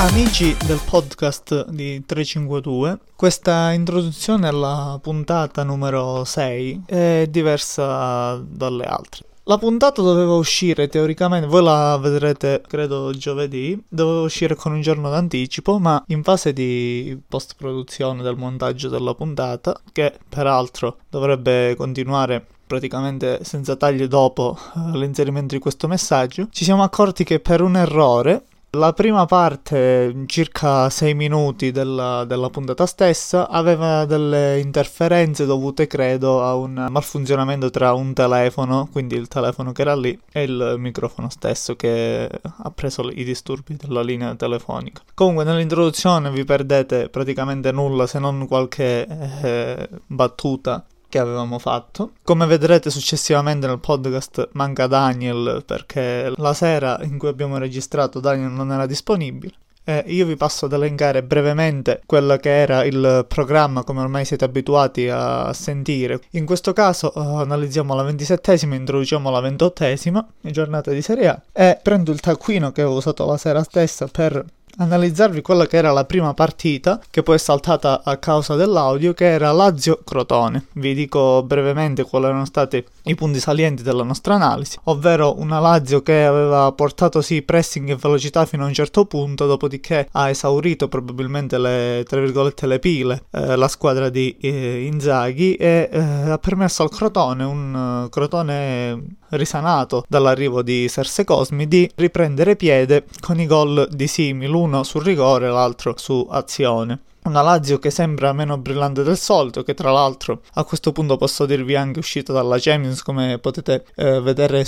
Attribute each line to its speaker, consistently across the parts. Speaker 1: Amici del podcast di 352, questa introduzione alla puntata numero 6 è diversa dalle altre. La puntata doveva uscire teoricamente, voi la vedrete credo giovedì, doveva uscire con un giorno d'anticipo, ma in fase di post produzione del montaggio della puntata, che peraltro dovrebbe continuare praticamente senza tagli dopo eh, l'inserimento di questo messaggio, ci siamo accorti che per un errore la prima parte, circa 6 minuti della, della puntata stessa, aveva delle interferenze dovute, credo, a un malfunzionamento tra un telefono, quindi il telefono che era lì, e il microfono stesso che ha preso i disturbi della linea telefonica. Comunque, nell'introduzione vi perdete praticamente nulla se non qualche eh, battuta che avevamo fatto. Come vedrete successivamente nel podcast manca Daniel perché la sera in cui abbiamo registrato Daniel non era disponibile. Eh, io vi passo ad elencare brevemente quello che era il programma come ormai siete abituati a sentire. In questo caso eh, analizziamo la ventisettesima, introduciamo la ventottesima giornata di Serie A e prendo il taccuino che ho usato la sera stessa per analizzarvi quella che era la prima partita che poi è saltata a causa dell'audio che era Lazio-Crotone. Vi dico brevemente quali erano stati i punti salienti della nostra analisi, ovvero una Lazio che aveva portato sì pressing e velocità fino a un certo punto, dopodiché ha esaurito probabilmente le, tra virgolette, le pile eh, la squadra di eh, Inzaghi e eh, ha permesso al Crotone, un uh, Crotone risanato dall'arrivo di Serse Cosmi, di riprendere piede con i gol di Simi, l'uno sul rigore, l'altro su azione. Una Lazio che sembra meno brillante del solito, che tra l'altro a questo punto posso dirvi anche uscita dalla Champions, come potete eh, vedere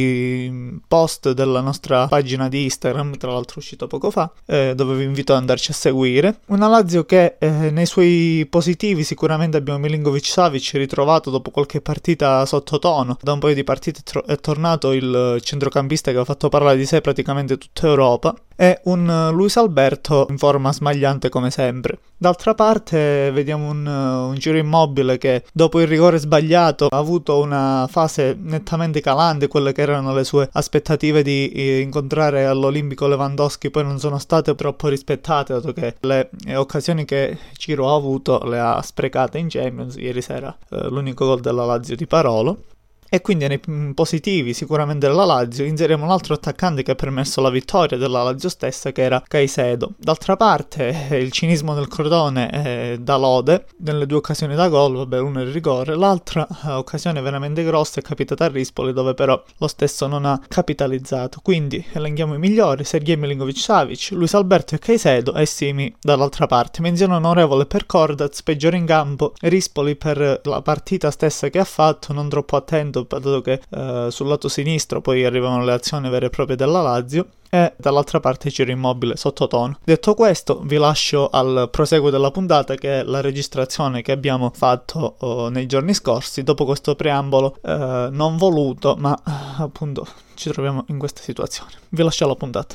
Speaker 1: sui post della nostra pagina di Instagram, tra l'altro uscito poco fa, eh, dove vi invito ad andarci a seguire. Una Lazio che eh, nei suoi positivi sicuramente abbiamo Milinkovic Savic ritrovato dopo qualche partita sottotono, da un paio di partite tro- è tornato il centrocampista che ha fatto parlare di sé praticamente tutta Europa, e un eh, Luis Alberto in forma smagliante come sempre. D'altra parte vediamo un, eh, un, giro immobile che dopo il rigore sbagliato ha avuto una fase nettamente calante, quelle che erano le sue aspettative di eh, incontrare all'Olimpico Lewandowski poi non sono state troppo rispettate dato che le eh, occasioni che Ciro ha avuto le ha sprecate in Champions ieri sera, eh, l'unico gol della Lazio di Parolo. E quindi nei positivi sicuramente della Lazio inseriamo un altro attaccante che ha permesso la vittoria della Lazio stessa che era Caicedo. D'altra parte eh, il cinismo del Crotone eh, da lode, nelle due occasioni da gol, vabbè uno è il rigore, l'altra eh, occasione veramente grossa è capitata a Rispoli dove però lo stesso non ha capitalizzato. Quindi elenchiamo i migliori, Sergei Milinkovic-Savic, Luis Alberto e Caicedo e Simi dall'altra parte. Menzione onorevole per Cordaz, peggiore in campo, Rispoli per la partita stessa che ha fatto, non troppo attento dato che eh, sul lato sinistro poi arrivano le azioni vere e proprie della Lazio e dall'altra parte Ciro Immobile sottotono. Detto questo, vi lascio al proseguo della puntata che è la registrazione che abbiamo fatto oh, nei giorni scorsi dopo questo preambolo eh, non voluto, ma eh, appunto ci troviamo in questa situazione. Vi lascio alla puntata.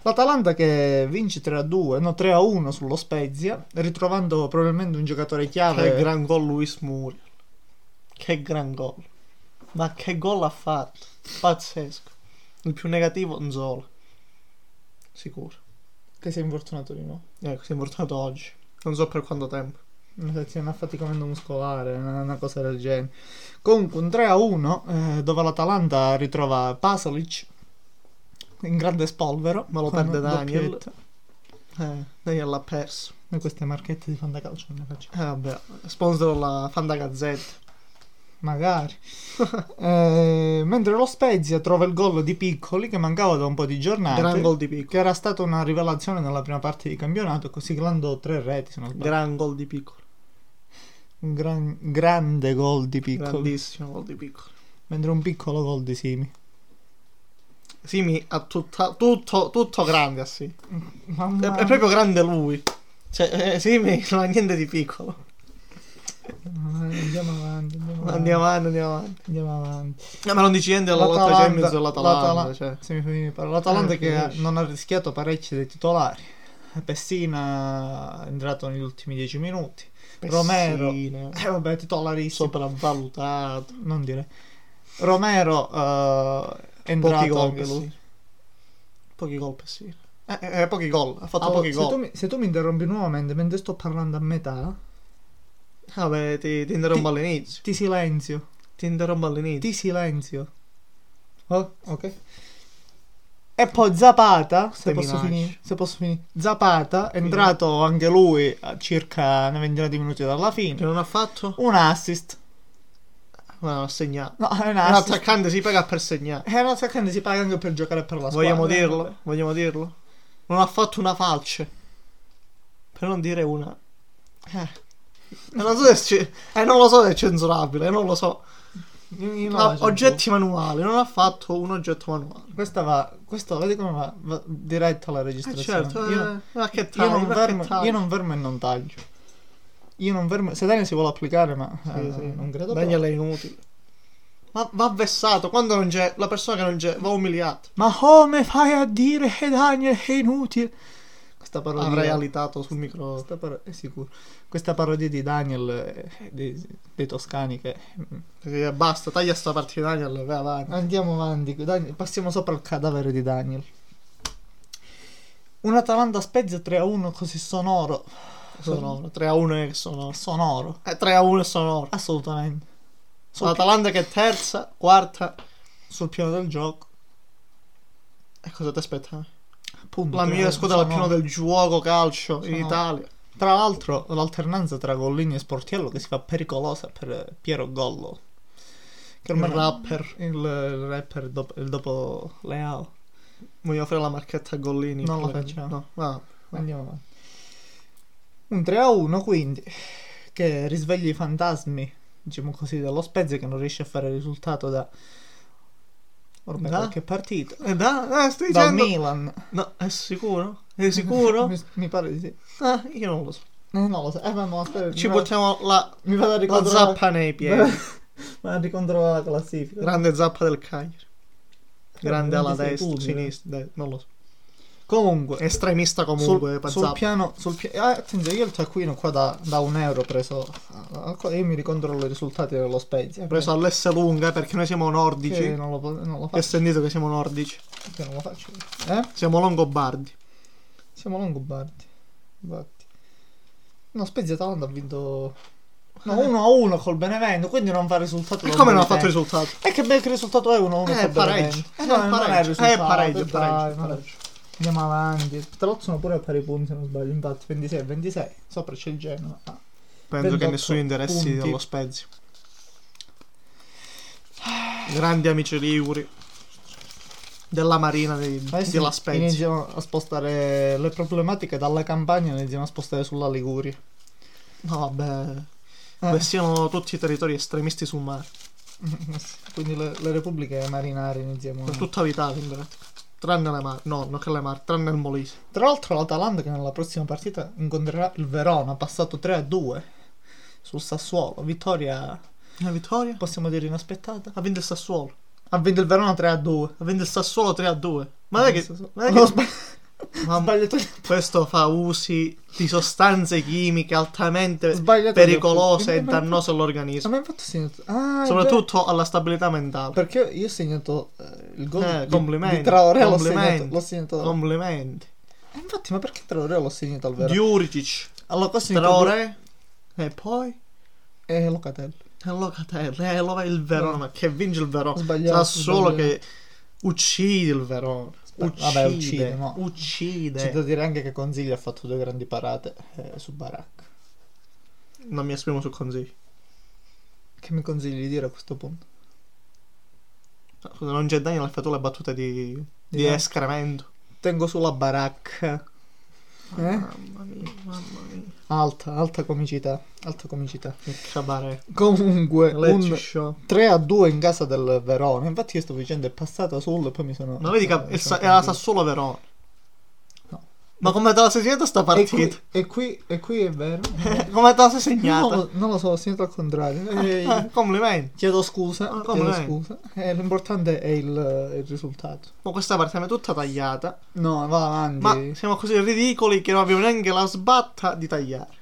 Speaker 1: L'Atalanta che vince 3-2, no 3-1 sullo Spezia, ritrovando probabilmente un giocatore chiave.
Speaker 2: Che gran gol Luis Muriel. Che gran gol. Ma che gol ha fatto? Pazzesco. Il più negativo Nzola. Sicuro.
Speaker 1: Che sei infortunato di nuovo.
Speaker 2: Ecco, sei infortunato oggi. Non so per quanto tempo.
Speaker 1: Una sezione affaticamento muscolare, una, una cosa del genere. Comunque un 3 a 1 eh, dove l'Atalanta ritrova Pasalic in grande spolvero,
Speaker 2: ma lo perde Daniel. Eh, Daniel l'ha perso.
Speaker 1: E queste marchette di Fantacalcio non le faccio.
Speaker 2: Eh vabbè, sponsor la Fantagazzetta
Speaker 1: magari. eh, mentre lo Spezia trova il gol di Piccoli che mancava da un po' di giornate.
Speaker 2: Gran gol di Piccoli.
Speaker 1: Che era stata una rivelazione nella prima parte di campionato, così glandò tre reti. Se non sbaglio.
Speaker 2: Gran gol di Piccoli.
Speaker 1: Un gran, grande gol di Piccoli.
Speaker 2: Grandissimo gol di Piccoli.
Speaker 1: Mentre un piccolo gol di Simi.
Speaker 2: Simi ha tutta, tutto, tutto grande, ah, sì.
Speaker 1: Eh,
Speaker 2: Mamma è, è proprio grande lui. Cioè, eh, Simi non ha niente di piccolo.
Speaker 1: Andiamo avanti, andiamo avanti.
Speaker 2: Andiamo avanti, andiamo avanti.
Speaker 1: Andiamo avanti.
Speaker 2: Eh, ma non dici niente alla lotta Champions dell'Atalanta.
Speaker 1: L'Atala- cioè. Se mi fai parlare, l'Atalanta eh, che non ha rischiato parecchi dei titolari. Pessina è entrato negli ultimi 10 minuti.
Speaker 2: Pessina.
Speaker 1: Romero, eh, vabbè, titolarissimo.
Speaker 2: Sopravvalutato.
Speaker 1: Non dire. Romero uh, è entrato
Speaker 2: Pochi gol anche lui. Pochi gol Pessina. Eh, eh, pochi gol, ha fatto
Speaker 1: Allora,
Speaker 2: pochi
Speaker 1: se, tu
Speaker 2: gol.
Speaker 1: mi, se tu mi interrompi nuovamente mentre sto parlando a metà,
Speaker 2: Vabbè, ti, ti interrompo all'inizio.
Speaker 1: ti silenzio.
Speaker 2: Ti interrompo all'inizio.
Speaker 1: Ti silenzio. Oh, ok.
Speaker 2: E poi
Speaker 1: Zapata, se
Speaker 2: Ste
Speaker 1: posso,
Speaker 2: minacce.
Speaker 1: finire, se posso finire. Zapata, è entrato anche lui a circa una ventina di minuti dalla
Speaker 2: che
Speaker 1: fine.
Speaker 2: non ha fatto,
Speaker 1: Un assist.
Speaker 2: ma non Ah, ha segnato.
Speaker 1: No, è un
Speaker 2: Un
Speaker 1: assist.
Speaker 2: attaccante si paga per segnare.
Speaker 1: È un attaccante, si paga anche per giocare per la squadra. eh,
Speaker 2: Vogliamo dirlo?
Speaker 1: vabbè.
Speaker 2: Vogliamo dirlo? Non ha fatto una falce. Per non dire una. Eh. Non lo so se c'è- eh, non lo so se è censurabile, non lo so.
Speaker 1: Io- io non
Speaker 2: Ma
Speaker 1: la sento.
Speaker 2: oggetti manuali, non ha fatto un oggetto manuale.
Speaker 1: Questa va, questo vedi come va, va diretto alla registrazione.
Speaker 2: Eh certo, eh,
Speaker 1: io,
Speaker 2: ma che
Speaker 1: io
Speaker 2: tagli,
Speaker 1: non
Speaker 2: ma
Speaker 1: vermo,
Speaker 2: che tagli.
Speaker 1: io non vermo e non taglio. Io non vermo, se Daniel si vuole applicare, ma
Speaker 2: Sì,
Speaker 1: eh,
Speaker 2: sì.
Speaker 1: non credo.
Speaker 2: Daniel
Speaker 1: proprio.
Speaker 2: è inutile. Ma va vessato, quando non c'è, la persona che non c'è va umiliata.
Speaker 1: Ma come fai a dire che Daniel è inutile? Questa parodia
Speaker 2: Avrei alitato sul micro.
Speaker 1: questa paro- è sicuro. Questa parodia di Daniel eh, dei, dei toscani che mm.
Speaker 2: Eh, Basta, taglia sta partita Daniel, vai avanti.
Speaker 1: Andiamo avanti, Daniel- passiamo sopra il cadavere di Daniel. Un Atalanta Spezia 3-1 così sonoro.
Speaker 2: Sonoro, 3 a 1 è che sono.
Speaker 1: Sonoro,
Speaker 2: Eh, 3 a 1 è sonoro.
Speaker 1: assolutamente. Sul,
Speaker 2: L'Atalanta che è terza, quarta.
Speaker 1: sul piano del gioco.
Speaker 2: E eh, cosa ti aspetta?
Speaker 1: Appunto, eh,
Speaker 2: La migliore squadra dal
Speaker 1: sonoro.
Speaker 2: piano del gioco calcio in
Speaker 1: Sonoro.
Speaker 2: Italia.
Speaker 1: Tra l'altro, l'alternanza tra Gollini e Sportiello che si fa pericolosa per eh, Piero Gollo. Che
Speaker 2: Il
Speaker 1: ormai
Speaker 2: rapper.
Speaker 1: il, il rapper dopo, il dopo Leao.
Speaker 2: Voglio fare la marchetta a Gollini.
Speaker 1: Non la
Speaker 2: Quella-
Speaker 1: facciamo.
Speaker 2: No, no.
Speaker 1: Andiamo avanti. Un 3 a 1 quindi che risveglia i fantasmi, diciamo così, dello Spezia che non riesce a fare risultato da ormai
Speaker 2: Da?
Speaker 1: qualche partita.
Speaker 2: Eh, da, eh, stai
Speaker 1: Dal
Speaker 2: dicendo.
Speaker 1: Milan.
Speaker 2: No, è sicuro? È sicuro?
Speaker 1: mi, mi pare di sì. Eh,
Speaker 2: Ah, io non lo so.
Speaker 1: non lo so. Eh, ma no, aspetta,
Speaker 2: Ci
Speaker 1: mi va-
Speaker 2: buttiamo la,
Speaker 1: mi vado a
Speaker 2: la
Speaker 1: ricontrollare.
Speaker 2: zappa nei piedi.
Speaker 1: Ma ricontrollare la classifica.
Speaker 2: Grande zappa del Cagliari. Grande
Speaker 1: Eh,
Speaker 2: alla
Speaker 1: sei
Speaker 2: destra,
Speaker 1: stupido.
Speaker 2: sinistra, dai, non lo so.
Speaker 1: Comunque,
Speaker 2: Estremista comunque,
Speaker 1: sul,
Speaker 2: per
Speaker 1: sul
Speaker 2: zappa.
Speaker 1: piano, sul pia- ah, attenzione, io il taccuino qua da, da un euro preso. ah, ah, Io mi ricontrollo i risultati dello Spezia.
Speaker 2: Preso all'S lunga perché noi siamo nordici.
Speaker 1: Perché non lo, po- non lo
Speaker 2: Ho
Speaker 1: faccio.
Speaker 2: sentito che siamo nordici.
Speaker 1: perché non lo faccio. Eh?
Speaker 2: Siamo longobardi.
Speaker 1: Siamo longobardi. Infatti. No, Spezia Atalanta ha vinto. No, 1 a 1 col Benevento, quindi non fa risultato.
Speaker 2: Eh. E
Speaker 1: col
Speaker 2: come non ha fatto
Speaker 1: Benevento.
Speaker 2: risultato?
Speaker 1: E che bel che risultato è 1 a 1
Speaker 2: Eh,
Speaker 1: col
Speaker 2: pareggio.
Speaker 1: Benevento.
Speaker 2: Eh,
Speaker 1: No, non è il
Speaker 2: pareggio. Eh,
Speaker 1: risultato,
Speaker 2: pareggio,
Speaker 1: dai,
Speaker 2: pareggio,
Speaker 1: no.
Speaker 2: pareggio.
Speaker 1: Andiamo avanti. Tra l'altro sono pure a pari punti, se non sbaglio. Infatti, 26 26. Sopra c'è il Genoa. Ah.
Speaker 2: Penso che
Speaker 1: 28
Speaker 2: nessuno interessi
Speaker 1: punti.
Speaker 2: dello Spezia. Grandi amici liguri. Della Marina di,
Speaker 1: Adesso
Speaker 2: della Spezia.
Speaker 1: Iniziano a spostare le problematiche dalla campagna, le iniziano a spostare sulla Liguria.
Speaker 2: No, vabbè.
Speaker 1: Eh.
Speaker 2: Beh, siano tutti i territori estremisti sul mare.
Speaker 1: Quindi le, le repubbliche marinare iniziamo.
Speaker 2: Per tutta l'Italia, in pratica. Tranne le Marche. No, non che le Marche, tranne il Molise.
Speaker 1: Tra l'altro l'Atalanta che nella prossima partita incontrerà il Verona, passato 3 a 2 sul Sassuolo. Vittoria,
Speaker 2: Una vittoria?
Speaker 1: possiamo dire inaspettata.
Speaker 2: Ha vinto il Sassuolo.
Speaker 1: Ha vinto il Verona 3 a 2.
Speaker 2: Ha vinto il Sassuolo 3 a 2. Ma non è che. non è
Speaker 1: Ho
Speaker 2: che- Cioè,
Speaker 1: sbagli-
Speaker 2: Ma-
Speaker 1: sbagliato,
Speaker 2: Questo fa usi di sostanze chimiche altamente
Speaker 1: sbagliato
Speaker 2: pericolose e
Speaker 1: Ma- ma-
Speaker 2: dannose all'organismo,
Speaker 1: Ma infatti ho segnato. Ah, è
Speaker 2: soprattutto alla stabilità mentale.
Speaker 1: vero. Perché io ho segnato eh, il gol
Speaker 2: Eh,
Speaker 1: di-
Speaker 2: complimenti,
Speaker 1: di Traoré l'ho
Speaker 2: complimenti.
Speaker 1: segnato, l'ho segnato.
Speaker 2: Complimenti.
Speaker 1: Eh, infatti, ma perché Traoré l'ho segnato al Verona?
Speaker 2: Diuricic,
Speaker 1: Allora, qua ho segnato
Speaker 2: Traoré e poi
Speaker 1: due- Eh, Locatelli.
Speaker 2: e Locatelli, e lo va il Verona, ma che vince il
Speaker 1: Ho
Speaker 2: Verona.
Speaker 1: sbagliato.
Speaker 2: Sa
Speaker 1: ho
Speaker 2: solo
Speaker 1: sbagliato.
Speaker 2: che uccide il Verona.
Speaker 1: Sbag-
Speaker 2: Uccide,
Speaker 1: vabbè, uccide, Cioè, no. C'è da
Speaker 2: uccide.
Speaker 1: dire anche che Consigli ha fatto due grandi parate eh, su Baracca.
Speaker 2: Non mi esprimo su consigli.
Speaker 1: Che mi consigli di dire a questo punto?
Speaker 2: Non c'è Daniel ha fatto le battute di, di
Speaker 1: Di-
Speaker 2: escremento.
Speaker 1: Tengo sulla Baracca. Eh?
Speaker 2: Mamma mia, mamma mia.
Speaker 1: Alta, alta comicità. Alta comicità.
Speaker 2: Che cabaret.
Speaker 1: Comunque,
Speaker 2: Lecce
Speaker 1: un
Speaker 2: show.
Speaker 1: 3 a 2 in casa del Verona. Infatti, io stavo dicendo è passata sul e poi mi sono. diciamo,
Speaker 2: Ma vedi che
Speaker 1: sono
Speaker 2: il Sa-
Speaker 1: convinto.
Speaker 2: era Sassuolo Verona.
Speaker 1: No.
Speaker 2: Ma come te la sei segnata sta
Speaker 1: E
Speaker 2: partita?
Speaker 1: qui, e, qui, e qui è vero.
Speaker 2: come te la sei
Speaker 1: non,
Speaker 2: segnata?
Speaker 1: lo, non lo so, ho sentito al contrario.
Speaker 2: Eh,
Speaker 1: Eh,
Speaker 2: complimenti.
Speaker 1: chiedo scusa.
Speaker 2: Ah, come
Speaker 1: chiedo
Speaker 2: lei.
Speaker 1: scusa. Eh, l'importante è il, il risultato.
Speaker 2: Ma questa partita è tutta tagliata.
Speaker 1: No, va avanti.
Speaker 2: Ma siamo così ridicoli che non abbiamo neanche la sbatta di tagliare.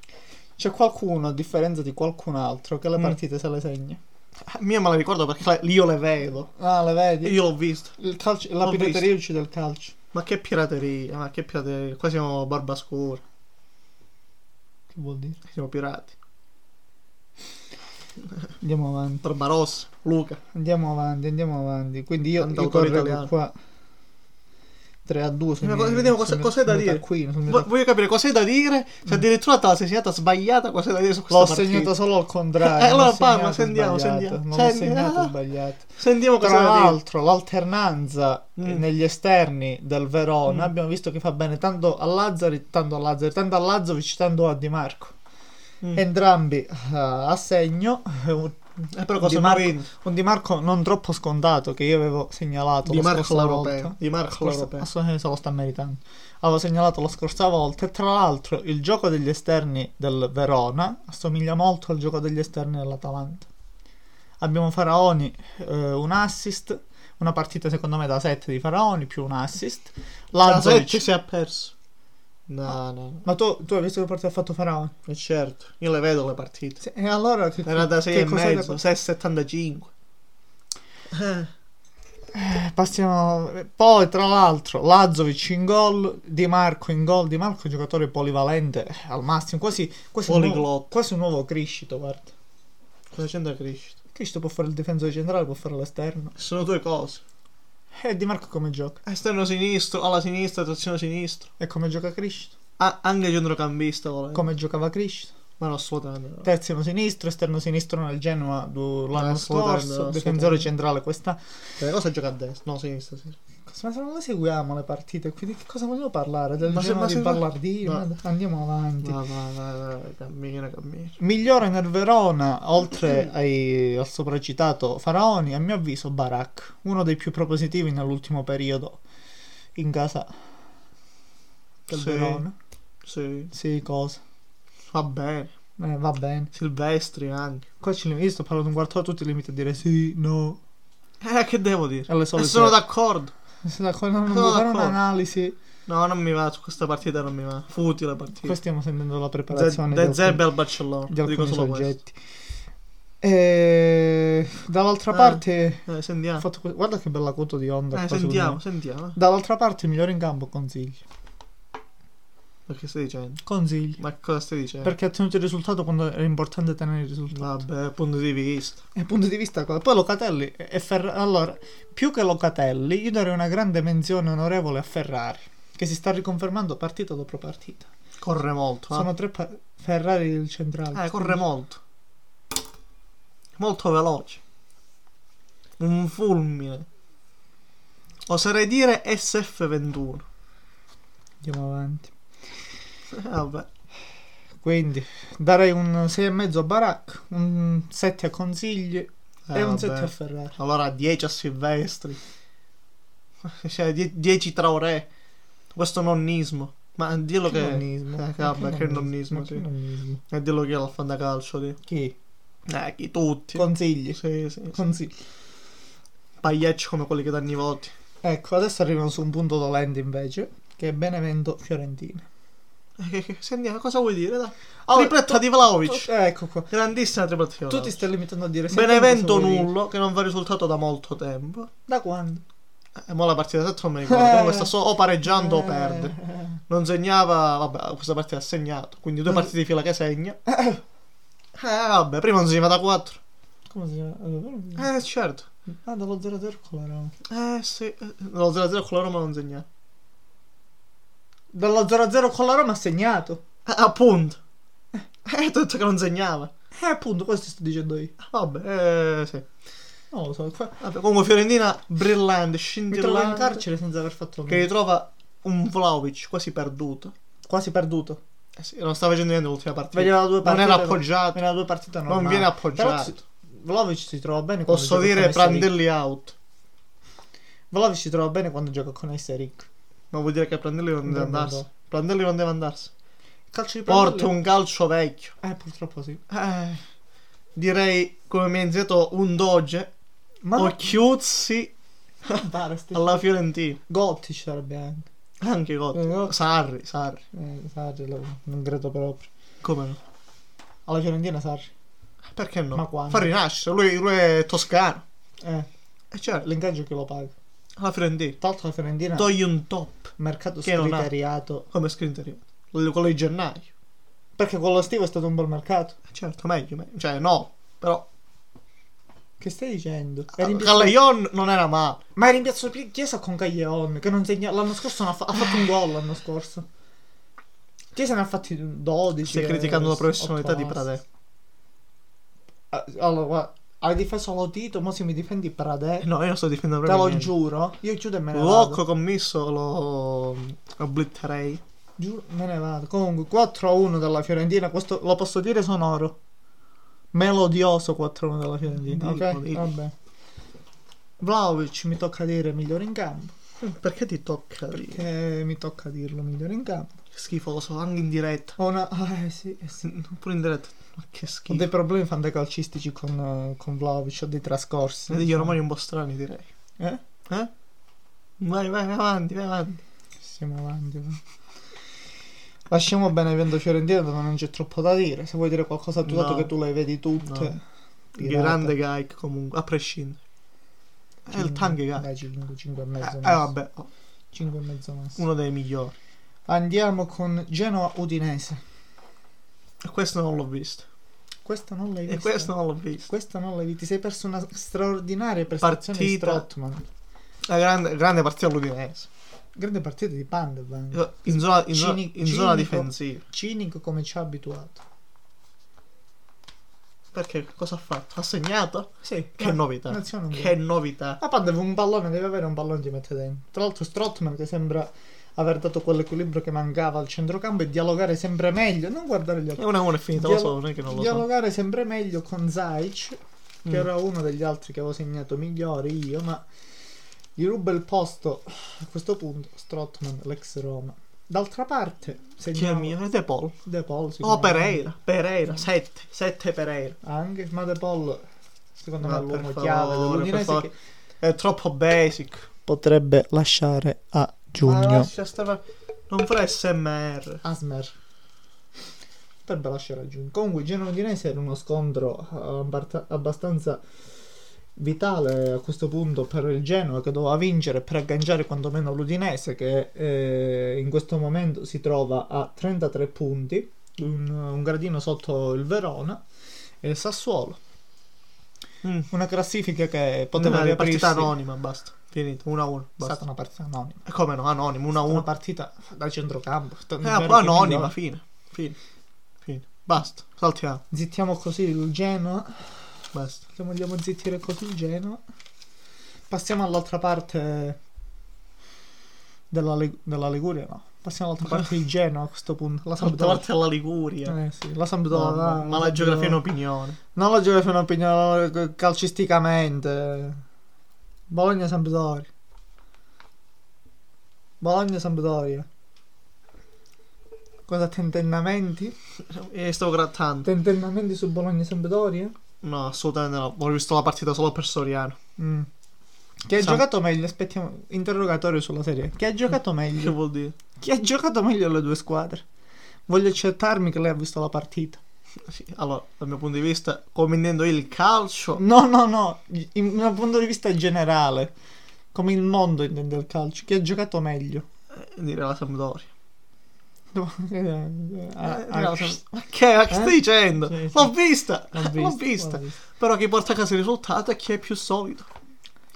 Speaker 1: C'è qualcuno, a differenza di qualcun altro, che le
Speaker 2: Mm.
Speaker 1: partite se le segna.
Speaker 2: Eh, Mia me la ricordo perché la- io le vedo.
Speaker 1: Ah, le vedi?
Speaker 2: Io l'ho visto.
Speaker 1: Il calcio, la
Speaker 2: L'ho
Speaker 1: pirateria uccide il calcio.
Speaker 2: Ma che pirateria, ma che pirateria. Qua siamo barbascura,
Speaker 1: Che vuol dire?
Speaker 2: siamo pirati.
Speaker 1: Andiamo avanti.
Speaker 2: Barbarossa, Luca.
Speaker 1: Andiamo avanti, andiamo avanti. Quindi io, io
Speaker 2: Cantautore
Speaker 1: correvo
Speaker 2: italiano.
Speaker 1: qua 3 a 2.
Speaker 2: Ma cosa- vediamo cosa- cos'è da dire.
Speaker 1: Qui,
Speaker 2: Vo- voglio capire cos'è da dire. Se addirittura te la sei segnata sbagliata, cos'è da dire su questa
Speaker 1: Mm. L'ho
Speaker 2: partita?
Speaker 1: segnato solo al contrario.
Speaker 2: Eh, allora
Speaker 1: l'ho
Speaker 2: parla,
Speaker 1: segnato
Speaker 2: sentiamo,
Speaker 1: sbagliato,
Speaker 2: sentiamo.
Speaker 1: Non l'ho
Speaker 2: Senti,
Speaker 1: segnato
Speaker 2: ah.
Speaker 1: sbagliato.
Speaker 2: Sentiamo cos'è
Speaker 1: Tra
Speaker 2: da dire.
Speaker 1: l'altro, l'alternanza eh,
Speaker 2: Mm.
Speaker 1: negli esterni del Verona
Speaker 2: Mm.
Speaker 1: abbiamo visto che fa bene tanto a Lazzari, tanto a Lazzari, tanto a Lazzovic, tanto a Di Marco.
Speaker 2: Mm.
Speaker 1: Entrambi ah, a segno. Un,
Speaker 2: Eh, però
Speaker 1: Di
Speaker 2: cosa
Speaker 1: Marco-
Speaker 2: Mourinho?
Speaker 1: un Di Marco non troppo scontato che io avevo segnalato
Speaker 2: Di
Speaker 1: la
Speaker 2: Marco
Speaker 1: scorsa
Speaker 2: l'europeo.
Speaker 1: volta.
Speaker 2: Di Marco
Speaker 1: Questo
Speaker 2: l'europeo.
Speaker 1: assolutamente se lo sta meritando. Avevo segnalato la scorsa volta. E tra l'altro, il gioco degli esterni del Verona assomiglia molto al gioco degli esterni dell'Atalanta. Abbiamo Faraoni, eh, un assist. Una partita secondo me da 7 di Faraoni più un assist.
Speaker 2: La Sette
Speaker 1: Lazovic.
Speaker 2: Ah, si è perso. No, no, no.
Speaker 1: Ma tu, tu hai visto che partita ha fatto Faraoni?
Speaker 2: E certo, io le vedo le partite.
Speaker 1: Sì, E allora che,
Speaker 2: Era da 6
Speaker 1: che
Speaker 2: e
Speaker 1: cos'è
Speaker 2: mezzo,
Speaker 1: che-
Speaker 2: 6,75.
Speaker 1: Eh, Passiamo. Poi, tra l'altro, Lazzovic in gol, Di Marco in gol. Di Marco, giocatore polivalente eh, al massimo, quasi, quasi, un, nuovo,
Speaker 2: Poliglotta.
Speaker 1: quasi un nuovo Criscito. Guarda,
Speaker 2: Cosa c'entra crescita?
Speaker 1: Criscito può fare il difensore centrale, può fare l'esterno.
Speaker 2: Sono due cose.
Speaker 1: E Di Marco come gioca?
Speaker 2: Esterno sinistro, alla sinistra, trazione sinistra.
Speaker 1: E come gioca Criscito?
Speaker 2: Ah, anche centrocampista volendo.
Speaker 1: Come giocava Criscito?
Speaker 2: Ma no, assolutamente no.
Speaker 1: Terzino sinistro, esterno sinistro nel Genoa du- l'anno
Speaker 2: assolutamente,
Speaker 1: scorso, difensore
Speaker 2: assolutamente.
Speaker 1: centrale questa.
Speaker 2: Eh, cosa gioca a destra? No, sinistra, sì.
Speaker 1: Ma se non le seguiamo le partite, quindi che cosa vogliamo parlare? Del
Speaker 2: Ma se-
Speaker 1: Genoa
Speaker 2: ma
Speaker 1: di
Speaker 2: se-
Speaker 1: Ballardino?
Speaker 2: No.
Speaker 1: Andiamo avanti.
Speaker 2: Va, va, va, va, cammina, cammina.
Speaker 1: Migliore nel Verona, oltre ai- al sopracitato Faraoni, a mio avviso Barak, uno dei più propositivi nell'ultimo periodo in casa del
Speaker 2: Sì.
Speaker 1: Verona.
Speaker 2: Sì,
Speaker 1: Sì, cosa?
Speaker 2: va bene.
Speaker 1: Eh, va bene.
Speaker 2: Silvestri anche.
Speaker 1: Qua ci io sto parlando un quarto a tutti i limiti a dire sì, no.
Speaker 2: Eh, che devo dire?
Speaker 1: E le
Speaker 2: E
Speaker 1: solite...
Speaker 2: sono d'accordo.
Speaker 1: Sì, d'accordo, non
Speaker 2: sono
Speaker 1: vuoi fare
Speaker 2: d'accordo.
Speaker 1: un'analisi.
Speaker 2: No, non mi va, su questa partita non mi va. Futile partita.
Speaker 1: Qua stiamo sentendo la preparazione
Speaker 2: De
Speaker 1: del-
Speaker 2: Zerbe al Barcellona.
Speaker 1: di
Speaker 2: Dico
Speaker 1: alcuni
Speaker 2: solo questo.
Speaker 1: soggetti. E... Dall'altra
Speaker 2: Ah.
Speaker 1: parte...
Speaker 2: Eh,
Speaker 1: ho
Speaker 2: sentiamo.
Speaker 1: fatto que- Guarda che bella coto di onda.
Speaker 2: Eh,
Speaker 1: qua, secondo me.
Speaker 2: sentiamo, sentiamo. eh.
Speaker 1: Dall'altra parte il migliore in campo consigli.
Speaker 2: Ma che stai dicendo?
Speaker 1: Consigli.
Speaker 2: Ma cosa stai dicendo?
Speaker 1: Perché ha tenuto il risultato quando era importante tenere il risultato.
Speaker 2: Vabbè, punto di vista.
Speaker 1: E punto di vista cosa? Poi Locatelli e Ferra- Allora, più che Locatelli, io darei una grande menzione onorevole a Ferrari. Che si sta riconfermando partita dopo partita.
Speaker 2: Corre molto, eh.
Speaker 1: Sono tre pa- Ferrari del centrale.
Speaker 2: Eh, corre molto. Molto veloce. Un fulmine. Oserei dire SF21.
Speaker 1: Andiamo avanti.
Speaker 2: Eh, vabbè.
Speaker 1: Quindi, darei un 6,5 a Barak, un 7 a Consigli
Speaker 2: Eh,
Speaker 1: e un
Speaker 2: vabbè.
Speaker 1: 7 a Ferrari.
Speaker 2: Allora 10 a Silvestri. Cioè 10 Traoré. Questo nonnismo. Ma dillo che...
Speaker 1: nonnismo.
Speaker 2: eh, vabbè, che nonnismo,
Speaker 1: Ma
Speaker 2: sì.
Speaker 1: che nonnismo.
Speaker 2: E dillo che è l'alfandacalcio lì.
Speaker 1: Chi?
Speaker 2: Eh, chi tutti.
Speaker 1: Consigli.
Speaker 2: Sì, sì, sì.
Speaker 1: Consigli.
Speaker 2: Pagliacci come quelli che danno i voti.
Speaker 1: Ecco, adesso arriviamo su un punto dolente invece, che è Benevento Fiorentina.
Speaker 2: Eh, che- che- Sentiamo, cosa vuoi dire? Dai.
Speaker 1: Allora,
Speaker 2: tripletta
Speaker 1: tu-
Speaker 2: Oh, di Vlaovic.
Speaker 1: tu- ecco qua.
Speaker 2: Grandissima tripletta di
Speaker 1: Tu ti
Speaker 2: Vlahovic.
Speaker 1: stai limitando a dire sentiamo
Speaker 2: Benevento
Speaker 1: cosa vuoi dire.
Speaker 2: nullo, che non va risultato da molto tempo.
Speaker 1: Da quando?
Speaker 2: E mo la partita 7 non mi ricordo.
Speaker 1: Eh.
Speaker 2: Comunque sta solo o pareggiando o
Speaker 1: Eh,
Speaker 2: perde.
Speaker 1: eh.
Speaker 2: Non segnava, vabbè, questa partita ha segnato. Quindi due
Speaker 1: Non-
Speaker 2: partite di fila che segna. Eh, vabbè, prima non segnava da 4.
Speaker 1: Come si chiama?
Speaker 2: Eh, certo.
Speaker 1: Ah, dallo 0-0 con la Roma.
Speaker 2: Eh, sì. eh, Lo 0-0 con la Roma non segnava.
Speaker 1: Dallo 0-0 con la Roma ha segnato.
Speaker 2: Eh, appunto. Eh, ho detto che non segnava.
Speaker 1: Eh, appunto, questo sto dicendo io. Ah,
Speaker 2: Vabbè, eh, sì.
Speaker 1: Non lo so, qua...
Speaker 2: Vabbè, comunque Fiorentina brillante,
Speaker 1: Mi trovo in
Speaker 2: scintillante.
Speaker 1: carcere senza aver fatto
Speaker 2: Che ritrova un Vlaovic quasi perduto.
Speaker 1: Quasi perduto.
Speaker 2: Eh sì, non sta facendo niente l'ultima partita.
Speaker 1: Veniva da due
Speaker 2: non
Speaker 1: partite.
Speaker 2: era appoggiato.
Speaker 1: Veniva da due partite normali.
Speaker 2: Non viene
Speaker 1: Però
Speaker 2: appoggiato.
Speaker 1: si- Vlahovic si trova bene quando
Speaker 2: Posso
Speaker 1: gioca
Speaker 2: dire
Speaker 1: con Esseric.
Speaker 2: Prandelli out.
Speaker 1: Vlahovic si trova bene quando gioca con Esseric.
Speaker 2: Ma vuol dire che Prandelli non deve
Speaker 1: Non deve
Speaker 2: andarsi.
Speaker 1: andare.
Speaker 2: Prandelli non deve andarsi.
Speaker 1: Calcio di
Speaker 2: Porta
Speaker 1: Prandelli-
Speaker 2: un calcio vecchio.
Speaker 1: Eh, purtroppo sì.
Speaker 2: Eh, direi come mi ha iniziato un doge.
Speaker 1: Ma
Speaker 2: O chiuzzi
Speaker 1: non pare, sti-
Speaker 2: alla Fiorentina.
Speaker 1: Gotti ci sarebbe anche.
Speaker 2: Anche
Speaker 1: Eh, no.
Speaker 2: Gotti. Sarri, Sarri.
Speaker 1: Eh, Sarri, lo- non credo proprio.
Speaker 2: Come no?
Speaker 1: Alla Fiorentina Sarri.
Speaker 2: Perché no?
Speaker 1: Ma quando?
Speaker 2: Fa rinascere. Lui, lui è toscano.
Speaker 1: Eh,
Speaker 2: E certo.
Speaker 1: l'ingaggio che lo paga.
Speaker 2: La Fiorentina.
Speaker 1: Tra l'altro la Fiorentina
Speaker 2: Togli un top.
Speaker 1: mercato
Speaker 2: che non ha-
Speaker 1: scriteriato.
Speaker 2: Come scritto arrivato. Quello di gennaio.
Speaker 1: Perché quello estivo è stato un bel mercato.
Speaker 2: Certo, meglio, meglio. Cioè, no. Però.
Speaker 1: Che stai dicendo? Eri in piazza-
Speaker 2: Calaion non era male.
Speaker 1: Ma era in piazza Pi- Chiesa con Caglion, che non segna... L'anno scorso non ha, fa- ha fatto un gol l'anno scorso. Chiesa ne ha fatti 12.
Speaker 2: Stai
Speaker 1: eh,
Speaker 2: criticando la professionalità
Speaker 1: otto
Speaker 2: di
Speaker 1: assist.
Speaker 2: Pradè.
Speaker 1: Ah, Allora, guarda, hai difeso Lotito, ma se mi difendi Pradè,
Speaker 2: No, io sto difendendo
Speaker 1: te lo
Speaker 2: Eh, proprio. niente.
Speaker 1: giuro, io chiudo e me ne Eh, vado.
Speaker 2: L'occo commisso lo oblitterei.
Speaker 1: Giuro, me ne vado. Comunque, 4-1 della Fiorentina, questo lo posso dire sonoro. Melodioso 4-1 della Fiorentina,
Speaker 2: Dillo,
Speaker 1: ok?
Speaker 2: dillo.
Speaker 1: Vabbè. Vlaovic mi tocca dire migliore in campo,
Speaker 2: Eh, Perché ti tocca di
Speaker 1: perché mi tocca dirlo migliore in campo.
Speaker 2: schifoso anche in diretta?
Speaker 1: Ho una... ah, eh sì, eh sì.
Speaker 2: Pure in diretta. Ma che
Speaker 1: Ho
Speaker 2: schifo.
Speaker 1: dei problemi fantacalcistici con, eh, con Vlaovic, ho dei trascorsi.
Speaker 2: Vedi gli ormai un po' strani direi.
Speaker 1: Eh?
Speaker 2: Eh? Vai, vai, vai avanti, vai avanti.
Speaker 1: Siamo avanti. va. Lasciamo Benevento Fiorentina dove non c'è troppo da dire. Se vuoi dire qualcosa tu, dato
Speaker 2: No.
Speaker 1: che tu le vedi tutte.
Speaker 2: No.
Speaker 1: Pirata.
Speaker 2: Grande Gaik comunque, a prescindere. È il
Speaker 1: Cinque-
Speaker 2: tank Gaik.
Speaker 1: Dai, 5, 5 e
Speaker 2: Eh,
Speaker 1: mezzo.
Speaker 2: eh, vabbè, oh,
Speaker 1: 5 e mezzo massimo.
Speaker 2: uno dei migliori.
Speaker 1: Andiamo con Genoa Udinese.
Speaker 2: E questo non l'ho visto.
Speaker 1: Questa non l'hai
Speaker 2: E
Speaker 1: vista.
Speaker 2: questo non l'ho visto.
Speaker 1: Questa non l'hai vista. Ti sei perso una straordinaria prestazione di
Speaker 2: Partita.
Speaker 1: Strottman.
Speaker 2: La grande, grande partita all'Udinese.
Speaker 1: Grande partita di Pandevan.
Speaker 2: In zona, in zona-
Speaker 1: Cini-
Speaker 2: in zona
Speaker 1: cinico.
Speaker 2: difensiva.
Speaker 1: Cinico come ci ha abituato.
Speaker 2: Perché cosa ha fatto? Ha segnato?
Speaker 1: Sì.
Speaker 2: Che novità.
Speaker 1: Nazione un
Speaker 2: Che novità.
Speaker 1: La Padova un pallone, deve avere un pallone che mette dentro. Tra l'altro Strottman che sembra aver dato quell'equilibrio che mancava al centrocampo e dialogare sempre meglio, non guardare gli
Speaker 2: È
Speaker 1: altri.
Speaker 2: una buona finita, lo so, non è che non lo so.
Speaker 1: dialogare sempre meglio con Zaic, che
Speaker 2: Mm.
Speaker 1: era uno degli altri che avevo segnato migliori io, ma gli ruba il posto a questo punto Strottman, l'ex Roma. D'altra parte,
Speaker 2: Chi è il
Speaker 1: segniamo
Speaker 2: mio? È De Paul.
Speaker 1: De Paul
Speaker 2: Oh,
Speaker 1: sicuramente.
Speaker 2: Pereira. Pereira, 7. 7 Pereira.
Speaker 1: Anche, ma De Paul secondo me
Speaker 2: Ma
Speaker 1: è l'uomo
Speaker 2: per
Speaker 1: chiave
Speaker 2: favore, per
Speaker 1: dell'Udinese
Speaker 2: favore.
Speaker 1: che
Speaker 2: È troppo basic.
Speaker 1: potrebbe lasciare a
Speaker 2: Ma lascia stare- Non fa SMR.
Speaker 1: Asmer. Potrebbe lasciare a giugno. Comunque, Genoa Udinese era uno scontro eh, abbart- abbastanza vitale a questo punto per il Genoa che doveva vincere per agganciare quantomeno l'Udinese che eh, in questo momento si trova a 33 punti, un, un gradino sotto il Verona e il Sassuolo.
Speaker 2: Mm.
Speaker 1: Una classifica che poteva
Speaker 2: una
Speaker 1: riaprirsi.
Speaker 2: partita anonima, basta. Finito, 1 a 1,
Speaker 1: È stata
Speaker 2: basta.
Speaker 1: una partita anonima.
Speaker 2: E come no, anonimo, 1 a
Speaker 1: Una
Speaker 2: 1.
Speaker 1: partita da centrocampo.
Speaker 2: Eh, un po' anonima, fine. Fine. Fine. Basta, saltiamo,
Speaker 1: Zittiamo così il Genoa.
Speaker 2: basta.
Speaker 1: Se vogliamo zittire così il Genoa. Passiamo all'altra parte della, Lig- della Liguria, no. Passiamo all'altra parte di Genoa a questo punto. La
Speaker 2: Salta
Speaker 1: Sampdoria.
Speaker 2: parte alla Liguria.
Speaker 1: Eh sì, la
Speaker 2: Madonna,
Speaker 1: Sampdoria.
Speaker 2: ma la geografia è un'opinione.
Speaker 1: Non la geografia è un'opinione, la- calcisticamente. Bologna Sampdoria. Bologna Sampdoria. Cosa tentennamenti?
Speaker 2: E stavo grattando.
Speaker 1: Tentennamenti su Bologna Sampdoria?
Speaker 2: No, assolutamente no. Ho visto la partita solo per Soriano.
Speaker 1: Mm. Chi ha
Speaker 2: Sam-
Speaker 1: giocato meglio? Aspettiamo. Interrogatorio sulla serie. Chi ha giocato
Speaker 2: Che
Speaker 1: meglio?
Speaker 2: vuol dire?
Speaker 1: Chi ha giocato meglio le due squadre? Voglio accertarmi che lei ha visto la partita.
Speaker 2: Sì, allora, dal mio punto di vista, come intendo io il calcio,
Speaker 1: No, no, no. In- dal punto di vista generale. Come il mondo intende il calcio. Chi ha giocato meglio?
Speaker 2: eh, dire la Sampdoria.
Speaker 1: Ah,
Speaker 2: Eh,
Speaker 1: ah,
Speaker 2: dire la
Speaker 1: shh,
Speaker 2: Sam- Ma che, ma che
Speaker 1: Eh?
Speaker 2: stai dicendo?
Speaker 1: Sì, sì.
Speaker 2: L'ho vista,
Speaker 1: l'ho visto,
Speaker 2: l'ho vista.
Speaker 1: l'ho visto.
Speaker 2: Però chi porta a casa il risultato è chi è più solido.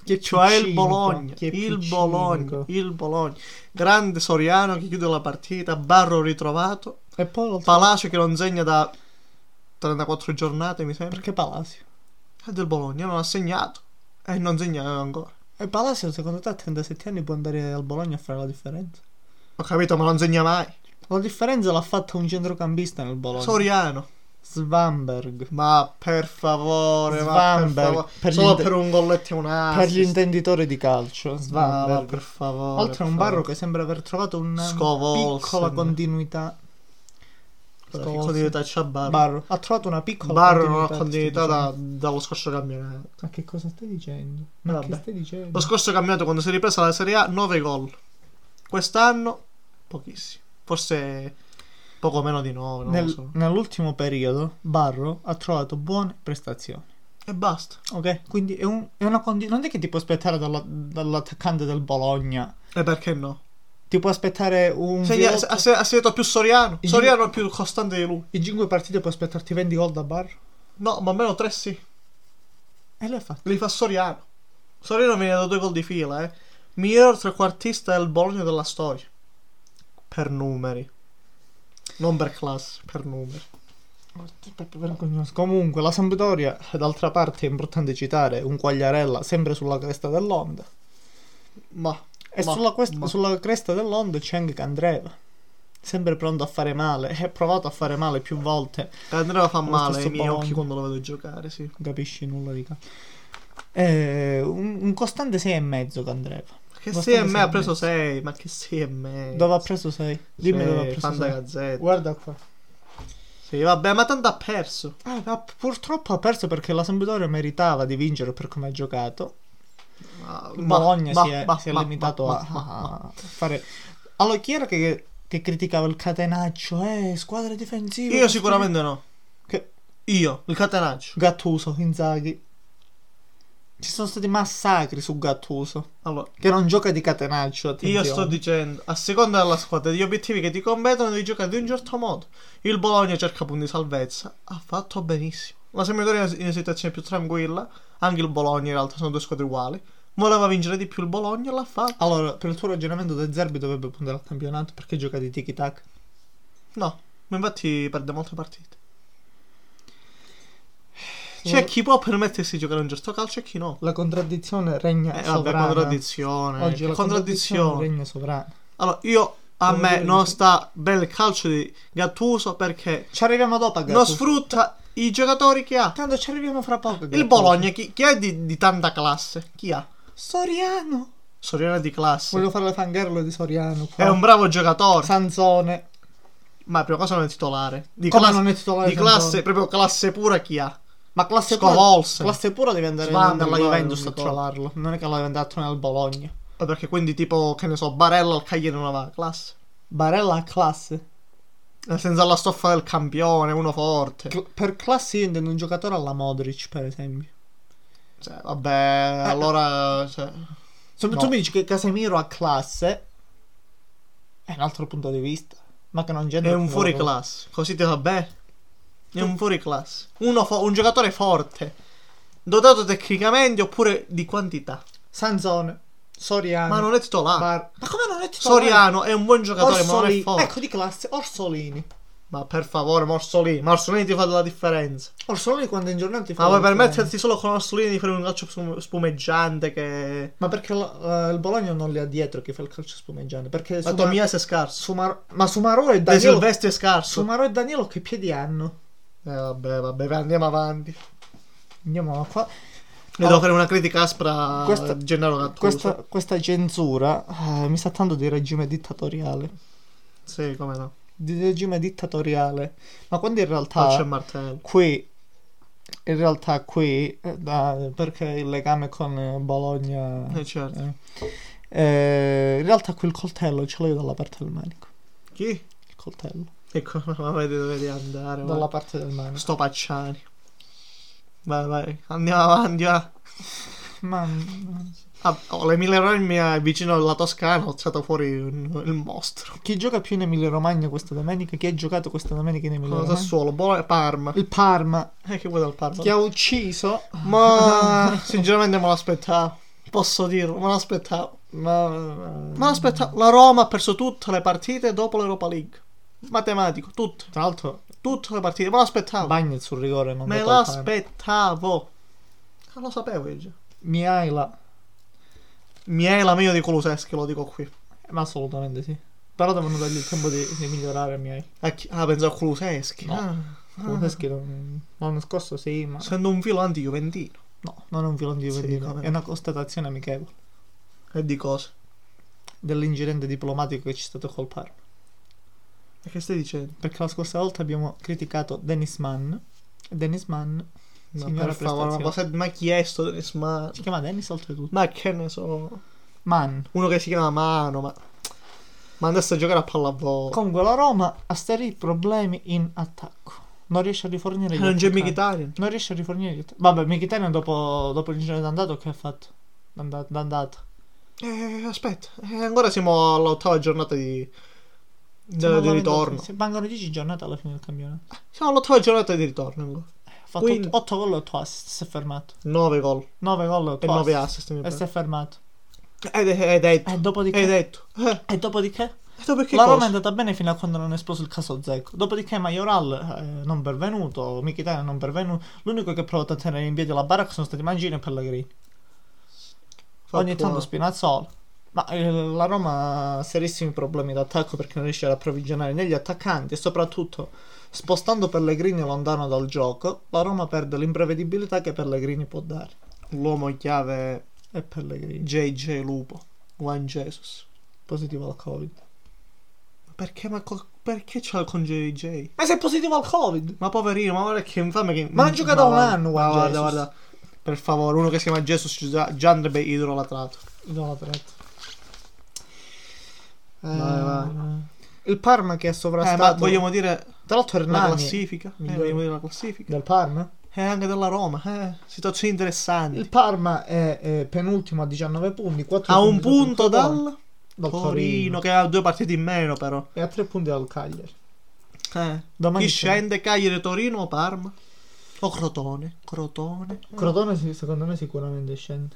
Speaker 1: Chi è più
Speaker 2: Cioè il
Speaker 1: cinico?
Speaker 2: Bologna,
Speaker 1: Chi è più
Speaker 2: il
Speaker 1: cinico?
Speaker 2: Bologna, il Bologna. Grande Soriano che chiude la partita, Barro ritrovato,
Speaker 1: E poi l'altro.
Speaker 2: Palacio che non segna da 34 giornate mi sembra.
Speaker 1: Perché Palacio?
Speaker 2: È del Bologna, non ha segnato e non segna ancora.
Speaker 1: E Palacio, secondo te, a 37 anni può andare al Bologna a fare la differenza?
Speaker 2: Ho capito, ma non segna mai.
Speaker 1: La differenza l'ha fatta un centrocampista nel Bologna.
Speaker 2: Soriano,
Speaker 1: Svamberg.
Speaker 2: ma per favore, ma per
Speaker 1: Svanberg,
Speaker 2: favore.
Speaker 1: per gli
Speaker 2: Solo
Speaker 1: inte-
Speaker 2: per un golletto e un assist.
Speaker 1: Per gli intenditori di calcio,
Speaker 2: Ma va,
Speaker 1: Svamberg.
Speaker 2: per favore.
Speaker 1: Oltre a un
Speaker 2: per
Speaker 1: barro
Speaker 2: favore.
Speaker 1: che sembra aver trovato una
Speaker 2: Scovolsen.
Speaker 1: piccola continuità.
Speaker 2: Guarda che
Speaker 1: Scovolsen.
Speaker 2: continuità c'ha Barro.
Speaker 1: Barro. Ha trovato una piccola
Speaker 2: Barro non ha
Speaker 1: continuità,
Speaker 2: continuità
Speaker 1: sto
Speaker 2: da-
Speaker 1: dicendo.
Speaker 2: dallo scorso campionato.
Speaker 1: Ma che cosa stai dicendo? Ma
Speaker 2: Vabbè.
Speaker 1: che stai dicendo?
Speaker 2: Lo scorso campionato quando si è ripresa la Serie A 9 gol. Quest'anno pochissimi. Forse poco meno di 9, non
Speaker 1: Nel-
Speaker 2: lo so.
Speaker 1: Nell'ultimo periodo Barro ha trovato buone prestazioni.
Speaker 2: E E basta.
Speaker 1: Ok, quindi è, un- è una condizione. Non è che ti puoi aspettare dalla- dall'attaccante del Bologna.
Speaker 2: E perché no?
Speaker 1: Ti puoi aspettare un.
Speaker 2: Se gli-
Speaker 1: violotto-
Speaker 2: ha se- ha segnato più Soriano.
Speaker 1: Il-
Speaker 2: Soriano è più costante di lui.
Speaker 1: In 5 partite puoi aspettarti 20 gol da bar.
Speaker 2: No, ma almeno tre sì.
Speaker 1: E l'hai fatto.
Speaker 2: Li fa Soriano. Soriano viene da due gol di fila, eh. Miglior trequartista del Bologna della storia. Per numeri. Non per classe, per numeri. Oh,
Speaker 1: Comunque, la Sampdoria, d'altra parte, è importante citare un Quagliarella sempre sulla cresta dell'onda.
Speaker 2: Ma
Speaker 1: E
Speaker 2: Ma-
Speaker 1: sulla, quest-
Speaker 2: ma-
Speaker 1: sulla cresta dell'onda c'è anche Candreva. Sempre pronto a fare male. E ha provato a fare male più volte.
Speaker 2: Andrea fa
Speaker 1: Lo
Speaker 2: male
Speaker 1: stesso
Speaker 2: ai miei
Speaker 1: Bologna.
Speaker 2: occhi quando lo vedo giocare, sì.
Speaker 1: Non capisci nulla di ca- Eh, un, un costante 6,5 Candreva.
Speaker 2: Che
Speaker 1: Bastante
Speaker 2: sì e me
Speaker 1: sei
Speaker 2: ha preso
Speaker 1: mezzo.
Speaker 2: 6, ma che sì e me.
Speaker 1: Dove ha preso 6? Dimmi dove ha preso
Speaker 2: Eh, Fanta
Speaker 1: 6.
Speaker 2: Gazzetta.
Speaker 1: Guarda qua.
Speaker 2: Sì, vabbè, ma tanto ha perso.
Speaker 1: Ah, ma purtroppo ha perso perché la Sampdoria meritava di vincere per come ha giocato.
Speaker 2: Ah, Ma,
Speaker 1: Il Bologna
Speaker 2: ma-
Speaker 1: si è,
Speaker 2: ma-
Speaker 1: si è
Speaker 2: ma-
Speaker 1: limitato
Speaker 2: ma-
Speaker 1: a,
Speaker 2: ma-
Speaker 1: a fare. Allora, chi era che, che criticava il catenaccio? Eh, squadra difensiva.
Speaker 2: Io sicuramente no.
Speaker 1: Che-
Speaker 2: Io, il catenaccio.
Speaker 1: Gattuso, Inzaghi. Ci sono stati massacri su Gattuso.
Speaker 2: Allora,
Speaker 1: Che non gioca di catenaccio.
Speaker 2: io
Speaker 1: Attenzione.
Speaker 2: sto dicendo, a seconda della squadra, degli obiettivi che ti competono, devi giocare in un certo modo. Il Bologna cerca punti di salvezza, ha fatto benissimo. La Sampdoria è in una situazione più tranquilla, anche il Bologna in realtà sono due squadre uguali. Voleva vincere di più il Bologna, l'ha fatto.
Speaker 1: Allora, per il tuo ragionamento, De Zerbi dovrebbe puntare al campionato perché gioca di tiki-tac.
Speaker 2: No, ma infatti perde molte partite. C'è chi può permettersi di giocare un certo calcio e chi no.
Speaker 1: La contraddizione regna
Speaker 2: Eh, vabbè,
Speaker 1: sovrana.
Speaker 2: contraddizione.
Speaker 1: Oggi la contraddizione
Speaker 2: contraddizione.
Speaker 1: regna sovrana.
Speaker 2: Allora, io a
Speaker 1: Come
Speaker 2: me
Speaker 1: dire,
Speaker 2: non
Speaker 1: sì.
Speaker 2: sta bel calcio di Gattuso perché
Speaker 1: Ci arriviamo dopo, a
Speaker 2: non
Speaker 1: Gattuso.
Speaker 2: sfrutta i giocatori che ha.
Speaker 1: Tanto ci arriviamo fra poco.
Speaker 2: Il
Speaker 1: Gattuso.
Speaker 2: Bologna, chi, chi è di, di tanta classe? Chi ha?
Speaker 1: Soriano.
Speaker 2: Soriano è di classe.
Speaker 1: Voglio fare la fangherlo di Soriano.
Speaker 2: È un bravo giocatore,
Speaker 1: Sanzone.
Speaker 2: ma prima cosa non è titolare. Di
Speaker 1: Come
Speaker 2: classe,
Speaker 1: non è titolare
Speaker 2: di
Speaker 1: Sanzone?
Speaker 2: classe proprio classe pura chi ha?
Speaker 1: Ma classe
Speaker 2: Scovolse.
Speaker 1: pura. Classe pura devi andare
Speaker 2: Svander,
Speaker 1: andare
Speaker 2: la
Speaker 1: in
Speaker 2: Juventus
Speaker 1: Guardia,
Speaker 2: a
Speaker 1: trovarlo. Non è che l'aveva andato nel Bologna.
Speaker 2: Eh, Perché quindi tipo, che ne so, Barella al Cagliari non aveva classe.
Speaker 1: Barella a classe.
Speaker 2: Eh, Senza la stoffa del campione, uno forte.
Speaker 1: Cl- per classe io intendo un giocatore alla Modric, per esempio.
Speaker 2: Cioè, vabbè,
Speaker 1: Eh.
Speaker 2: allora... cioè,
Speaker 1: Se
Speaker 2: No.
Speaker 1: tu mi dici che Casemiro ha classe, è un altro punto di vista. Ma che non genera.
Speaker 2: È un fuori classe, così ti va bene. È un fuori classe. Uno fo- un giocatore forte, dotato tecnicamente oppure di quantità.
Speaker 1: Sanzone. Soriano.
Speaker 2: Ma non è titolare.
Speaker 1: Bar- Ah. Ma come non è titolare?
Speaker 2: Soriano è un buon giocatore, ma non è
Speaker 1: Orsolini.
Speaker 2: forte.
Speaker 1: Ecco di classe, Orsolini.
Speaker 2: Ma per favore, Morsolini. Morsolini ti fa la differenza.
Speaker 1: Orsolini quando è in giornata ti fa
Speaker 2: Ma
Speaker 1: la
Speaker 2: vuoi
Speaker 1: differenza.
Speaker 2: permetterti solo con Orsolini di fare un calcio spum- spumeggiante che...
Speaker 1: Ma perché la- eh, il Bologna non li ha dietro che fa il calcio spumeggiante? Perché
Speaker 2: La
Speaker 1: Sumar-
Speaker 2: Tomias è scarso.
Speaker 1: Sumar- ma Sumaro e
Speaker 2: De
Speaker 1: Danielo.
Speaker 2: Silvestri è scarso.
Speaker 1: Sumaro e Danielo che piedi hanno?
Speaker 2: Eh vabbè, vabbè, vai, andiamo avanti. Ne
Speaker 1: Andiamo qua.
Speaker 2: devo
Speaker 1: Allora,
Speaker 2: fare una critica aspra
Speaker 1: Questa-
Speaker 2: a Gennaro Gattuso.
Speaker 1: questa, questa censura eh, mi sa tanto di regime dittatoriale.
Speaker 2: Sì, come no.
Speaker 1: Di regime dittatoriale. Ah, Ma quando in
Speaker 2: Calcio e
Speaker 1: realtà
Speaker 2: martello.
Speaker 1: qui. In realtà qui. eh, da- perché il legame con eh, Bologna.
Speaker 2: Eh, certo.
Speaker 1: eh, eh, in realtà qui il coltello ce l'ho io dalla parte del manico.
Speaker 2: Chi?
Speaker 1: Il coltello.
Speaker 2: Ecco, ma vedi dove devi andare.
Speaker 1: Dalla
Speaker 2: guarda.
Speaker 1: parte del manico.
Speaker 2: Sto pacciani. Vai, vai, andiamo avanti. Va.
Speaker 1: Ma
Speaker 2: Ah, oh, l'Emilia Romagna è vicino alla Toscana. Ho tirato fuori un- il mostro.
Speaker 1: chi gioca più in Emilia Romagna questa domenica? Chi ha giocato questa domenica in Emilia
Speaker 2: Con
Speaker 1: Romagna?
Speaker 2: Sassuolo, Bologna e Boh, Parma.
Speaker 1: Il Parma
Speaker 2: Eh, che vuoi dal Parma?
Speaker 1: chi ha ucciso.
Speaker 2: Ma sinceramente me l'aspettavo. Posso dirlo, me l'aspettavo.
Speaker 1: Ma,
Speaker 2: Me l'aspettavo. La Roma ha perso tutte le partite dopo l'Europa League. Matematico, tutte.
Speaker 1: tra l'altro
Speaker 2: Tutte le partite. Me l'aspettavo.
Speaker 1: Bagnez sul rigore non vota
Speaker 2: Me
Speaker 1: il Parma.
Speaker 2: l'aspettavo. Ah, lo sapevo io già.
Speaker 1: Miaila,
Speaker 2: Miela mio di Kuluseschi, lo dico qui.
Speaker 1: ma assolutamente sì. Però devono dargli il tempo di, di migliorare Miaila.
Speaker 2: A chi- Ah, pensavo a Kuluseschi.
Speaker 1: No.
Speaker 2: Ah.
Speaker 1: Kulusevski non- mm, l'anno scorso sì, ma
Speaker 2: Sento un filo anti-juventino.
Speaker 1: no, non è un filone di
Speaker 2: Sì,
Speaker 1: Juventino,
Speaker 2: come-
Speaker 1: è una constatazione amichevole
Speaker 2: E di cosa?
Speaker 1: dell'ingerente diplomatico che c'è stato col Parma.
Speaker 2: E che stai dicendo?
Speaker 1: Perché la scorsa volta abbiamo criticato Dennis Mann. E Dennis Mann,
Speaker 2: Ma
Speaker 1: signora
Speaker 2: per favore, ma
Speaker 1: prestazione.
Speaker 2: cosa mi ha chiesto Dennis Mann?
Speaker 1: Si chiama Dennis oltretutto.
Speaker 2: Ma che ne so.
Speaker 1: Mann.
Speaker 2: Uno che si chiama Mano, ma... Ma adesso a giocare a pallavolo.
Speaker 1: Comunque la Roma ha seri problemi in attacco. Non riesce a rifornire
Speaker 2: E
Speaker 1: gli
Speaker 2: Eh, non c'è
Speaker 1: attaccanti.
Speaker 2: Mkhitaryan.
Speaker 1: Non riesce a rifornire gli att- Vabbè, Mkhitaryan dopo, dopo il girone d'andato che ha fatto? D'anda- D'andata.
Speaker 2: Eh, aspetta, eh, ancora siamo all'ottava giornata di,
Speaker 1: Siamo
Speaker 2: di
Speaker 1: alla
Speaker 2: ritorno.
Speaker 1: ventottesima- se Mancano 10 giornate alla fine del campionato.
Speaker 2: Siamo all'ottava giornata di ritorno. ancora.
Speaker 1: Ha fatto
Speaker 2: Quindi-
Speaker 1: 8 gol e 8 assist, si è fermato.
Speaker 2: 9 gol
Speaker 1: 9 gol e 8
Speaker 2: e 9 assist. mi
Speaker 1: E si
Speaker 2: pare.
Speaker 1: è fermato.
Speaker 2: Ed è, è detto.
Speaker 1: E
Speaker 2: È
Speaker 1: dopodiché...
Speaker 2: detto. Eh,
Speaker 1: E dopodiché?
Speaker 2: e dopo che
Speaker 1: la
Speaker 2: cosa?
Speaker 1: Roma è andata bene fino a quando non è esploso il caso Zecco. Dopodiché Majoral eh, non pervenuto, Mkhitaryan non pervenuto. L'unico che ha provato a tenere in piedi la baracca sono stati Mangini e Pellegrini.
Speaker 2: Fa
Speaker 1: Ogni
Speaker 2: buono.
Speaker 1: tanto Spinazzola. Ma eh, la Roma ha serissimi problemi d'attacco perché non riesce ad approvvigionare né gli attaccanti e soprattutto spostando Pellegrini lontano dal gioco, la Roma perde l'imprevedibilità che Pellegrini può dare.
Speaker 2: L'uomo chiave
Speaker 1: E Pellegrini,
Speaker 2: JJ Lupo. One Jesus.
Speaker 1: positivo al Covid.
Speaker 2: Perché, ma co- perché c'è con JJ?
Speaker 1: Ma sei positivo al Covid?
Speaker 2: Ma poverino, ma guarda che infame che...
Speaker 1: Ma non gioca da un
Speaker 2: guarda,
Speaker 1: anno,
Speaker 2: guarda,
Speaker 1: Juan
Speaker 2: guarda,
Speaker 1: Jesus.
Speaker 2: guarda. Per favore, uno che si chiama Jesus ci già, già andrebbe idolatrato.
Speaker 1: Eh, Idolatrato.
Speaker 2: Vai, vai.
Speaker 1: Eh, Il Parma che è
Speaker 2: Eh, ma
Speaker 1: sovrastato.
Speaker 2: vogliamo dire
Speaker 1: Tra l'altro
Speaker 2: la
Speaker 1: Hernani
Speaker 2: classifica? Eh,
Speaker 1: Migliore.
Speaker 2: vogliamo dire la classifica?
Speaker 1: del Parma?
Speaker 2: E anche della Roma, eh. Situazioni
Speaker 1: Il
Speaker 2: interessanti.
Speaker 1: Parma è, eh, penultimo a 19 punti, 4
Speaker 2: A un punto dal
Speaker 1: dal
Speaker 2: Torino,
Speaker 1: Torino
Speaker 2: che ha due partite in meno però.
Speaker 1: e a 3 punti dal Cagliari.
Speaker 2: Eh.
Speaker 1: Domani
Speaker 2: Chi
Speaker 1: c'è-
Speaker 2: scende? Cagliari, Torino o Parma? O Crotone? Crotone?
Speaker 1: Mm. Crotone si- secondo me sicuramente scende.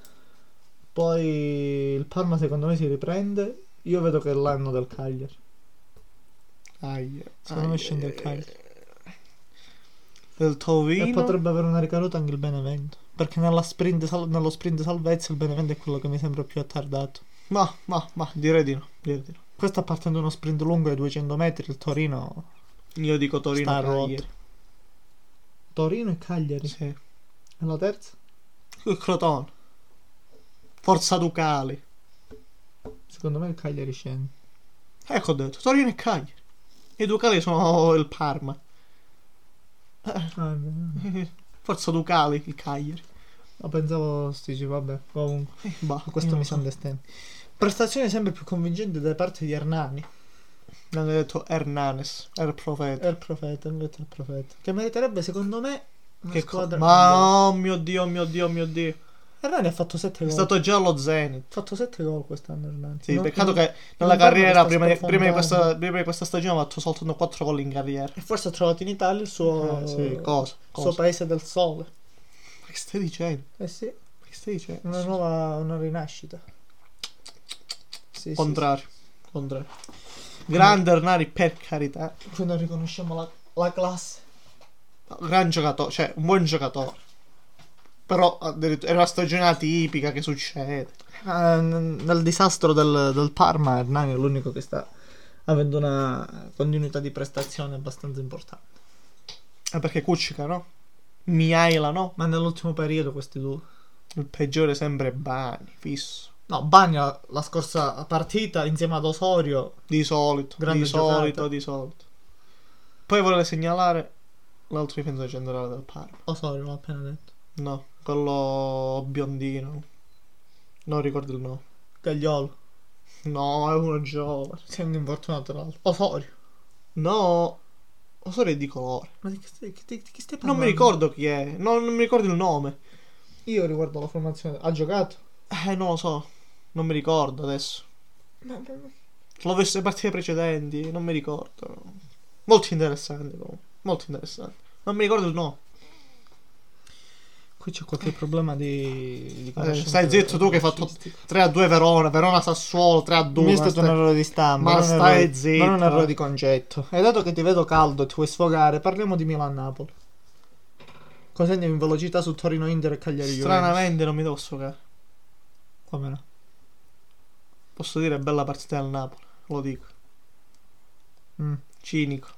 Speaker 1: Poi il Parma secondo me si riprende. Io vedo che è l'anno del Cagliari.
Speaker 2: Aia.
Speaker 1: Secondo me scende il Cagliari.
Speaker 2: Del
Speaker 1: E
Speaker 2: Torino?
Speaker 1: Eh, potrebbe avere una ricaduta anche il Benevento. Perché nella sprint sal- nello sprint salvezza il Benevento è quello che mi sembra più attardato.
Speaker 2: Ma, ma, ma, direi di no. Direi di no.
Speaker 1: Questo partendo uno sprint lungo ai 200 metri, il Torino...
Speaker 2: Io dico Torino.
Speaker 1: Sta a
Speaker 2: Cagliari.
Speaker 1: rotto. Torino e Cagliari.
Speaker 2: Sì.
Speaker 1: E la terza?
Speaker 2: Il Crotone. Forza Ducali.
Speaker 1: Secondo me il Cagliari scende.
Speaker 2: Ecco ho detto, Torino e Cagliari. I Ducali sono il Parma.
Speaker 1: Ah, è vero.
Speaker 2: Forza Ducali, il Cagliari.
Speaker 1: Ma pensavo stici, vabbè, comunque.
Speaker 2: Eh, Bah,
Speaker 1: Questo
Speaker 2: io
Speaker 1: mi
Speaker 2: non so.
Speaker 1: sembra Prestazione sempre più convincente da parte di Hernani.
Speaker 2: Hanno detto Hernanes, era il profeta.
Speaker 1: È il profeta, hanno detto il profeta. Che meriterebbe, secondo me, una
Speaker 2: Che co-
Speaker 1: squadra.
Speaker 2: Ma oh mio dio, oh mio dio, oh mio dio.
Speaker 1: Hernani ha fatto 7
Speaker 2: È
Speaker 1: gol.
Speaker 2: stato già allo Zenit.
Speaker 1: Ha fatto 7 gol quest'anno Hernani.
Speaker 2: Sì,
Speaker 1: Non-
Speaker 2: peccato
Speaker 1: non-
Speaker 2: che nella
Speaker 1: non parlo
Speaker 2: carriera,
Speaker 1: che sta
Speaker 2: prima di, prima di questa,
Speaker 1: sprofondando.
Speaker 2: prima di questa stagione, ha fatto soltanto 4 gol in carriera.
Speaker 1: E forse ha trovato in Italia il suo,
Speaker 2: Eh, sì, cosa?
Speaker 1: il suo
Speaker 2: cosa?
Speaker 1: paese del sole.
Speaker 2: Ma che stai dicendo?
Speaker 1: Eh sì,
Speaker 2: Ma che stai dicendo?
Speaker 1: una nuova una rinascita. Sì, sì,
Speaker 2: Contrario. Contrario. Grande Hernani, per carità.
Speaker 1: sì. Qui non riconosciamo la, la classe.
Speaker 2: Gran giocatore, cioè un buon giocatore. Però addirittura- è una stagione atipica che succede.
Speaker 1: Eh, n- nel disastro del, del Parma Hernani è l'unico che sta avendo una continuità di prestazione abbastanza importante.
Speaker 2: Ah, perché Cuccica, no? Miaila, no?
Speaker 1: Ma nell'ultimo periodo questi due.
Speaker 2: Il peggiore sempre è Bani, fisso.
Speaker 1: No, Bagna la scorsa partita insieme ad Osorio.
Speaker 2: Di solito,
Speaker 1: Grande
Speaker 2: di
Speaker 1: giocata.
Speaker 2: solito, di solito. Poi volevo segnalare l'altro difensore generale del Parma.
Speaker 1: Osorio l'ho appena detto.
Speaker 2: No, quello biondino. Non ricordo il nome.
Speaker 1: Gagliolo.
Speaker 2: No, è uno giovane.
Speaker 1: Siamo infortunato tra l'altro. Osorio.
Speaker 2: No, Osorio è di colore.
Speaker 1: Ma di che stai, che- di- di chi stai
Speaker 2: Non
Speaker 1: parlando?
Speaker 2: mi ricordo chi è, no, non mi ricordo il nome.
Speaker 1: Io riguardo la formazione. Ha giocato?
Speaker 2: Eh, non lo so, non mi ricordo adesso.
Speaker 1: Ma, ma- ma-
Speaker 2: L'ho visto le partite precedenti, non mi ricordo. Molto interessante comunque, molto interessante. Non mi ricordo il nome.
Speaker 1: Qui c'è qualche problema di. di conoscenza
Speaker 2: stai zitto tu che hai fatto
Speaker 1: calcistica.
Speaker 2: 3 a 2 Verona, Verona Sassuolo 3 a 2.
Speaker 1: Mi è stato un errore di stampa,
Speaker 2: ma
Speaker 1: non un
Speaker 2: stai
Speaker 1: errore-
Speaker 2: zitto.
Speaker 1: non un errore di concetto. E dato che ti vedo caldo e ti vuoi sfogare, parliamo di Milan-Napoli. Cosa andiamo in velocità su Torino-Inter e Cagliari-Juventus?
Speaker 2: Stranamente non mi devo sfogare.
Speaker 1: Come no?
Speaker 2: Posso dire bella partita del Napoli, lo dico.
Speaker 1: Mm,
Speaker 2: Cinico.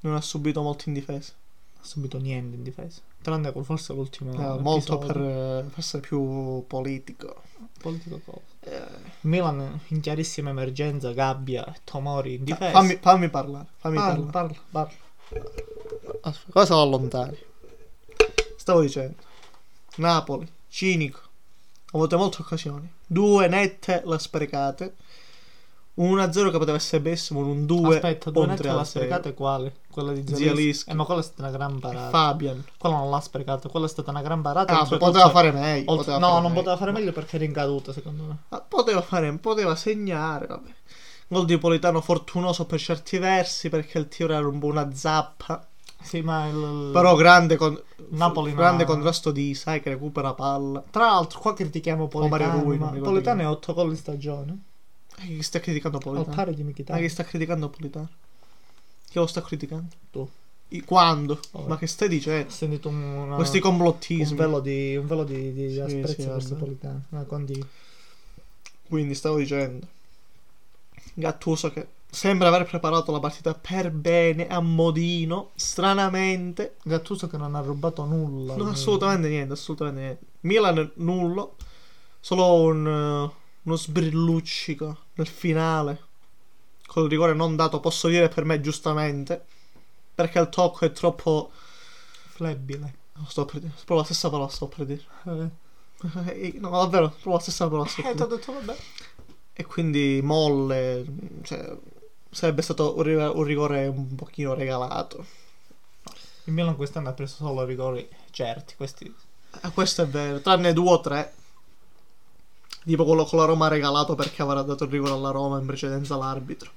Speaker 2: Non ha subito molto in difesa.
Speaker 1: ha subito niente in difesa. Tranne col forse l'ultimo
Speaker 2: Eh, molto per,
Speaker 1: episodio.
Speaker 2: eh, per essere più politico.
Speaker 1: Politico cosa?
Speaker 2: Eh,
Speaker 1: Milan in chiarissima emergenza, Gabbia e Tomori in difesa.
Speaker 2: Ah,
Speaker 1: Ah,
Speaker 2: fammi, fammi parlare, fammi
Speaker 1: Parla,
Speaker 2: parlare.
Speaker 1: parla, parla.
Speaker 2: Aspetta, cosa lo allontani? Stavo dicendo, Napoli, cinico, ha avuto molte occasioni, due nette le sprecate, Un 1-0 che poteva essere pessimo, un 2
Speaker 1: Aspetta, due
Speaker 2: oltre
Speaker 1: netti l'ha
Speaker 2: al sei.
Speaker 1: sprecata è quale? Quella di
Speaker 2: Zielinski.
Speaker 1: Zielinski. Eh, ma quella è stata una gran
Speaker 2: E
Speaker 1: parata.
Speaker 2: Fabian.
Speaker 1: Quella non l'ha sprecata, quella è stata una gran parata.
Speaker 2: Ah,
Speaker 1: Oltre-
Speaker 2: poteva
Speaker 1: oltre-
Speaker 2: fare meglio.
Speaker 1: oltre-
Speaker 2: poteva
Speaker 1: no,
Speaker 2: fare
Speaker 1: non
Speaker 2: meglio.
Speaker 1: poteva fare meglio perché era in caduta, secondo me.
Speaker 2: Ah, Poteva fare, poteva segnare, vabbè. Gol di Politano fortunoso per certi versi perché il tiro era un po' una zappa.
Speaker 1: Sì, ma il...
Speaker 2: Però grande, con-
Speaker 1: Napoli non
Speaker 2: grande
Speaker 1: ha-
Speaker 2: contrasto di Isai che recupera palla.
Speaker 1: Tra l'altro qua critichiamo Politano,
Speaker 2: Mario Rui, non
Speaker 1: ma
Speaker 2: mi ricordo
Speaker 1: Politano
Speaker 2: chi.
Speaker 1: è 8 gol in stagione.
Speaker 2: E Eh, chi sta criticando
Speaker 1: Al
Speaker 2: Politano?
Speaker 1: pari di Mkhitaryan.
Speaker 2: Ma chi sta criticando Politano? Chi lo sta criticando?
Speaker 1: Tu.
Speaker 2: I- quando?
Speaker 1: Vabbè.
Speaker 2: Ma che stai dicendo?
Speaker 1: Ho sentito un, una-
Speaker 2: Questi
Speaker 1: un
Speaker 2: complottismi.
Speaker 1: velo di, un velo di, di
Speaker 2: Sì,
Speaker 1: asprezzo
Speaker 2: sì,
Speaker 1: verso
Speaker 2: vabbè.
Speaker 1: Politano. Ma continua.
Speaker 2: Quindi stavo dicendo. Gattuso che sembra aver preparato la partita per bene a modino, stranamente,
Speaker 1: Gattuso che non ha rubato nulla.
Speaker 2: No,
Speaker 1: quindi-
Speaker 2: assolutamente niente, assolutamente niente. Milan nullo, solo un, eh, uno sbrilluccico nel finale. Col rigore non dato, posso dire per me giustamente, perché il tocco è troppo...
Speaker 1: Flebile.
Speaker 2: No, sto per dire, proprio la stessa parola sto per dire.
Speaker 1: Eh,
Speaker 2: No, davvero, proprio la stessa parola sto per
Speaker 1: eh, ti ho
Speaker 2: dire.
Speaker 1: detto vabbè.
Speaker 2: E quindi molle, cioè, sarebbe stato un ri- un rigore un pochino regalato.
Speaker 1: Il Milan quest'anno ha preso solo rigori certi. Questi
Speaker 2: Eh, questo è vero, tranne due o tre. Tipo quello con la Roma regalato perché avrà dato il rigore alla Roma in precedenza all'arbitro.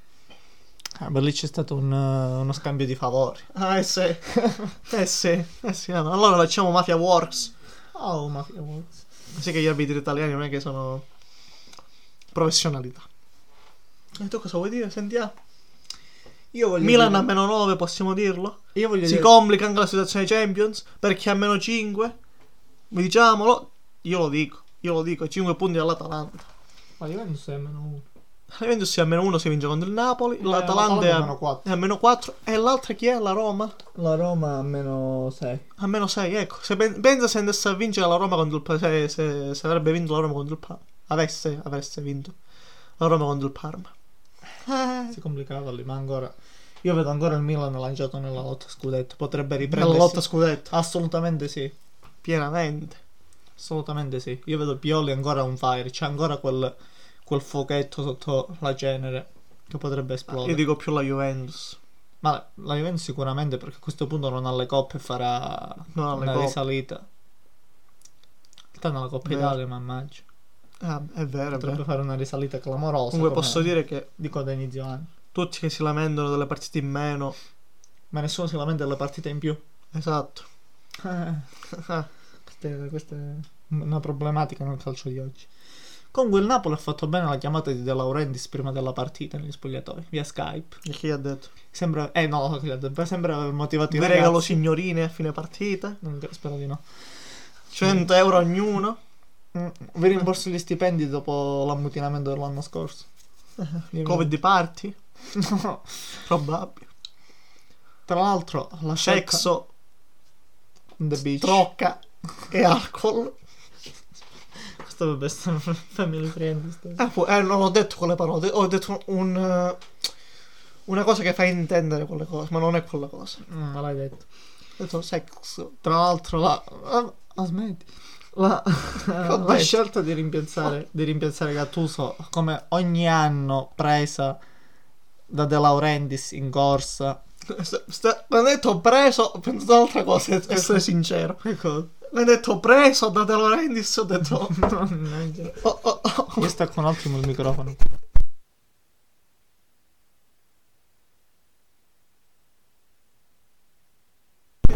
Speaker 1: Ah, ma lì c'è stato un, eh, uno scambio di favori.
Speaker 2: Ah, eh sì. eh sì, eh sì, no, no. Allora facciamo Mafia Works.
Speaker 1: Oh, ma
Speaker 2: Sì che gli arbitri italiani non è che sono professionalità. E tu cosa vuoi dire? Sentiamo.
Speaker 1: Io voglio
Speaker 2: Milan a
Speaker 1: dire,
Speaker 2: meno 9, possiamo dirlo?
Speaker 1: io voglio
Speaker 2: Si
Speaker 1: dire-
Speaker 2: complica anche la situazione dei Champions perché a meno 5, diciamolo, io lo dico, io lo dico, 5 punti all'Atalanta.
Speaker 1: Ma Juventus è meno uno.
Speaker 2: La Juventus è a meno 1 se vince contro il Napoli, Eh,
Speaker 1: l'Atalanta
Speaker 2: l'Atalanta è
Speaker 1: Eh, è a
Speaker 2: a,
Speaker 1: meno quattro.
Speaker 2: è a meno 4 e l'altra chi è? La Roma?
Speaker 1: La Roma a meno 6.
Speaker 2: A meno 6, ecco. Se pen- pensa se andasse a vincere la Roma contro il Parma, se, se- se avrebbe vinto la Roma contro il Parma, avesse, avesse vinto la Roma contro il Parma. Eh,
Speaker 1: Si complicava lì, ma ancora. Io vedo ancora il Milan lanciato nella lotta a scudetto. Potrebbe
Speaker 2: nella
Speaker 1: riprendersi.
Speaker 2: lotta scudetto,
Speaker 1: Assolutamente sì.
Speaker 2: pienamente.
Speaker 1: Assolutamente sì. Io vedo Pioli ancora on fire. C'è ancora quel, quel fuochetto sotto la genere che potrebbe esplodere.
Speaker 2: Io dico più la Juventus.
Speaker 1: Ma la Juventus sicuramente perché a questo punto non ha le coppe e farà
Speaker 2: Non ha le
Speaker 1: una
Speaker 2: coppe.
Speaker 1: risalita. Tanto la Coppa
Speaker 2: Vero.
Speaker 1: Italia, ma mannaggia.
Speaker 2: Ah, è vero, è
Speaker 1: Potrebbe
Speaker 2: vero.
Speaker 1: fare una risalita clamorosa.
Speaker 2: Comunque
Speaker 1: come
Speaker 2: posso dire che
Speaker 1: Dico da inizio anno.
Speaker 2: tutti che si lamentano delle partite in meno,
Speaker 1: Ma nessuno si lamenta delle partite in più.
Speaker 2: esatto.
Speaker 1: Eh,
Speaker 2: Ah,
Speaker 1: Questa è, questa è una problematica nel calcio di oggi. Comunque il Napoli ha fatto bene la chiamata di De Laurentiis prima della partita negli spogliatoi, via Skype.
Speaker 2: E chi ha detto?
Speaker 1: Sembra... Eh no, sembra aver motivato
Speaker 2: Ti
Speaker 1: i
Speaker 2: regalo
Speaker 1: ragazzi.
Speaker 2: signorine a fine partita,
Speaker 1: Non cre- spero di no.
Speaker 2: 100 euro ognuno.
Speaker 1: Mm, Vi rimborso gli stipendi dopo l'ammutinamento dell'anno scorso. Io-
Speaker 2: Covid party?
Speaker 1: No.
Speaker 2: Probabile.
Speaker 1: Tra l'altro, la scelta
Speaker 2: Sexo,
Speaker 1: on the beach.
Speaker 2: trocca e alcol.
Speaker 1: Questo dovrebbe essere un family friendly. sto-
Speaker 2: Eh, pu- eh, non ho detto quelle parole, ho detto un, eh, una cosa che fa intendere quelle cose, ma non è quella cosa.
Speaker 1: Mm, ma l'hai detto.
Speaker 2: Ho detto sexo.
Speaker 1: Tra l'altro, la. ah, ah, smetti. La, la
Speaker 2: detto?
Speaker 1: scelta di rimpiazzare, di rimpiazzare Gattuso come ogni anno presa da De Laurentiis in corsa.
Speaker 2: S- sta- Quando ho detto preso, ho pensato ad un'altra cosa, ad essere sincero. Quando ho detto preso da De Laurentiis, ho detto...
Speaker 1: Mannaggia.
Speaker 2: Oh, oh, oh.
Speaker 1: Io stacco un attimo il microfono.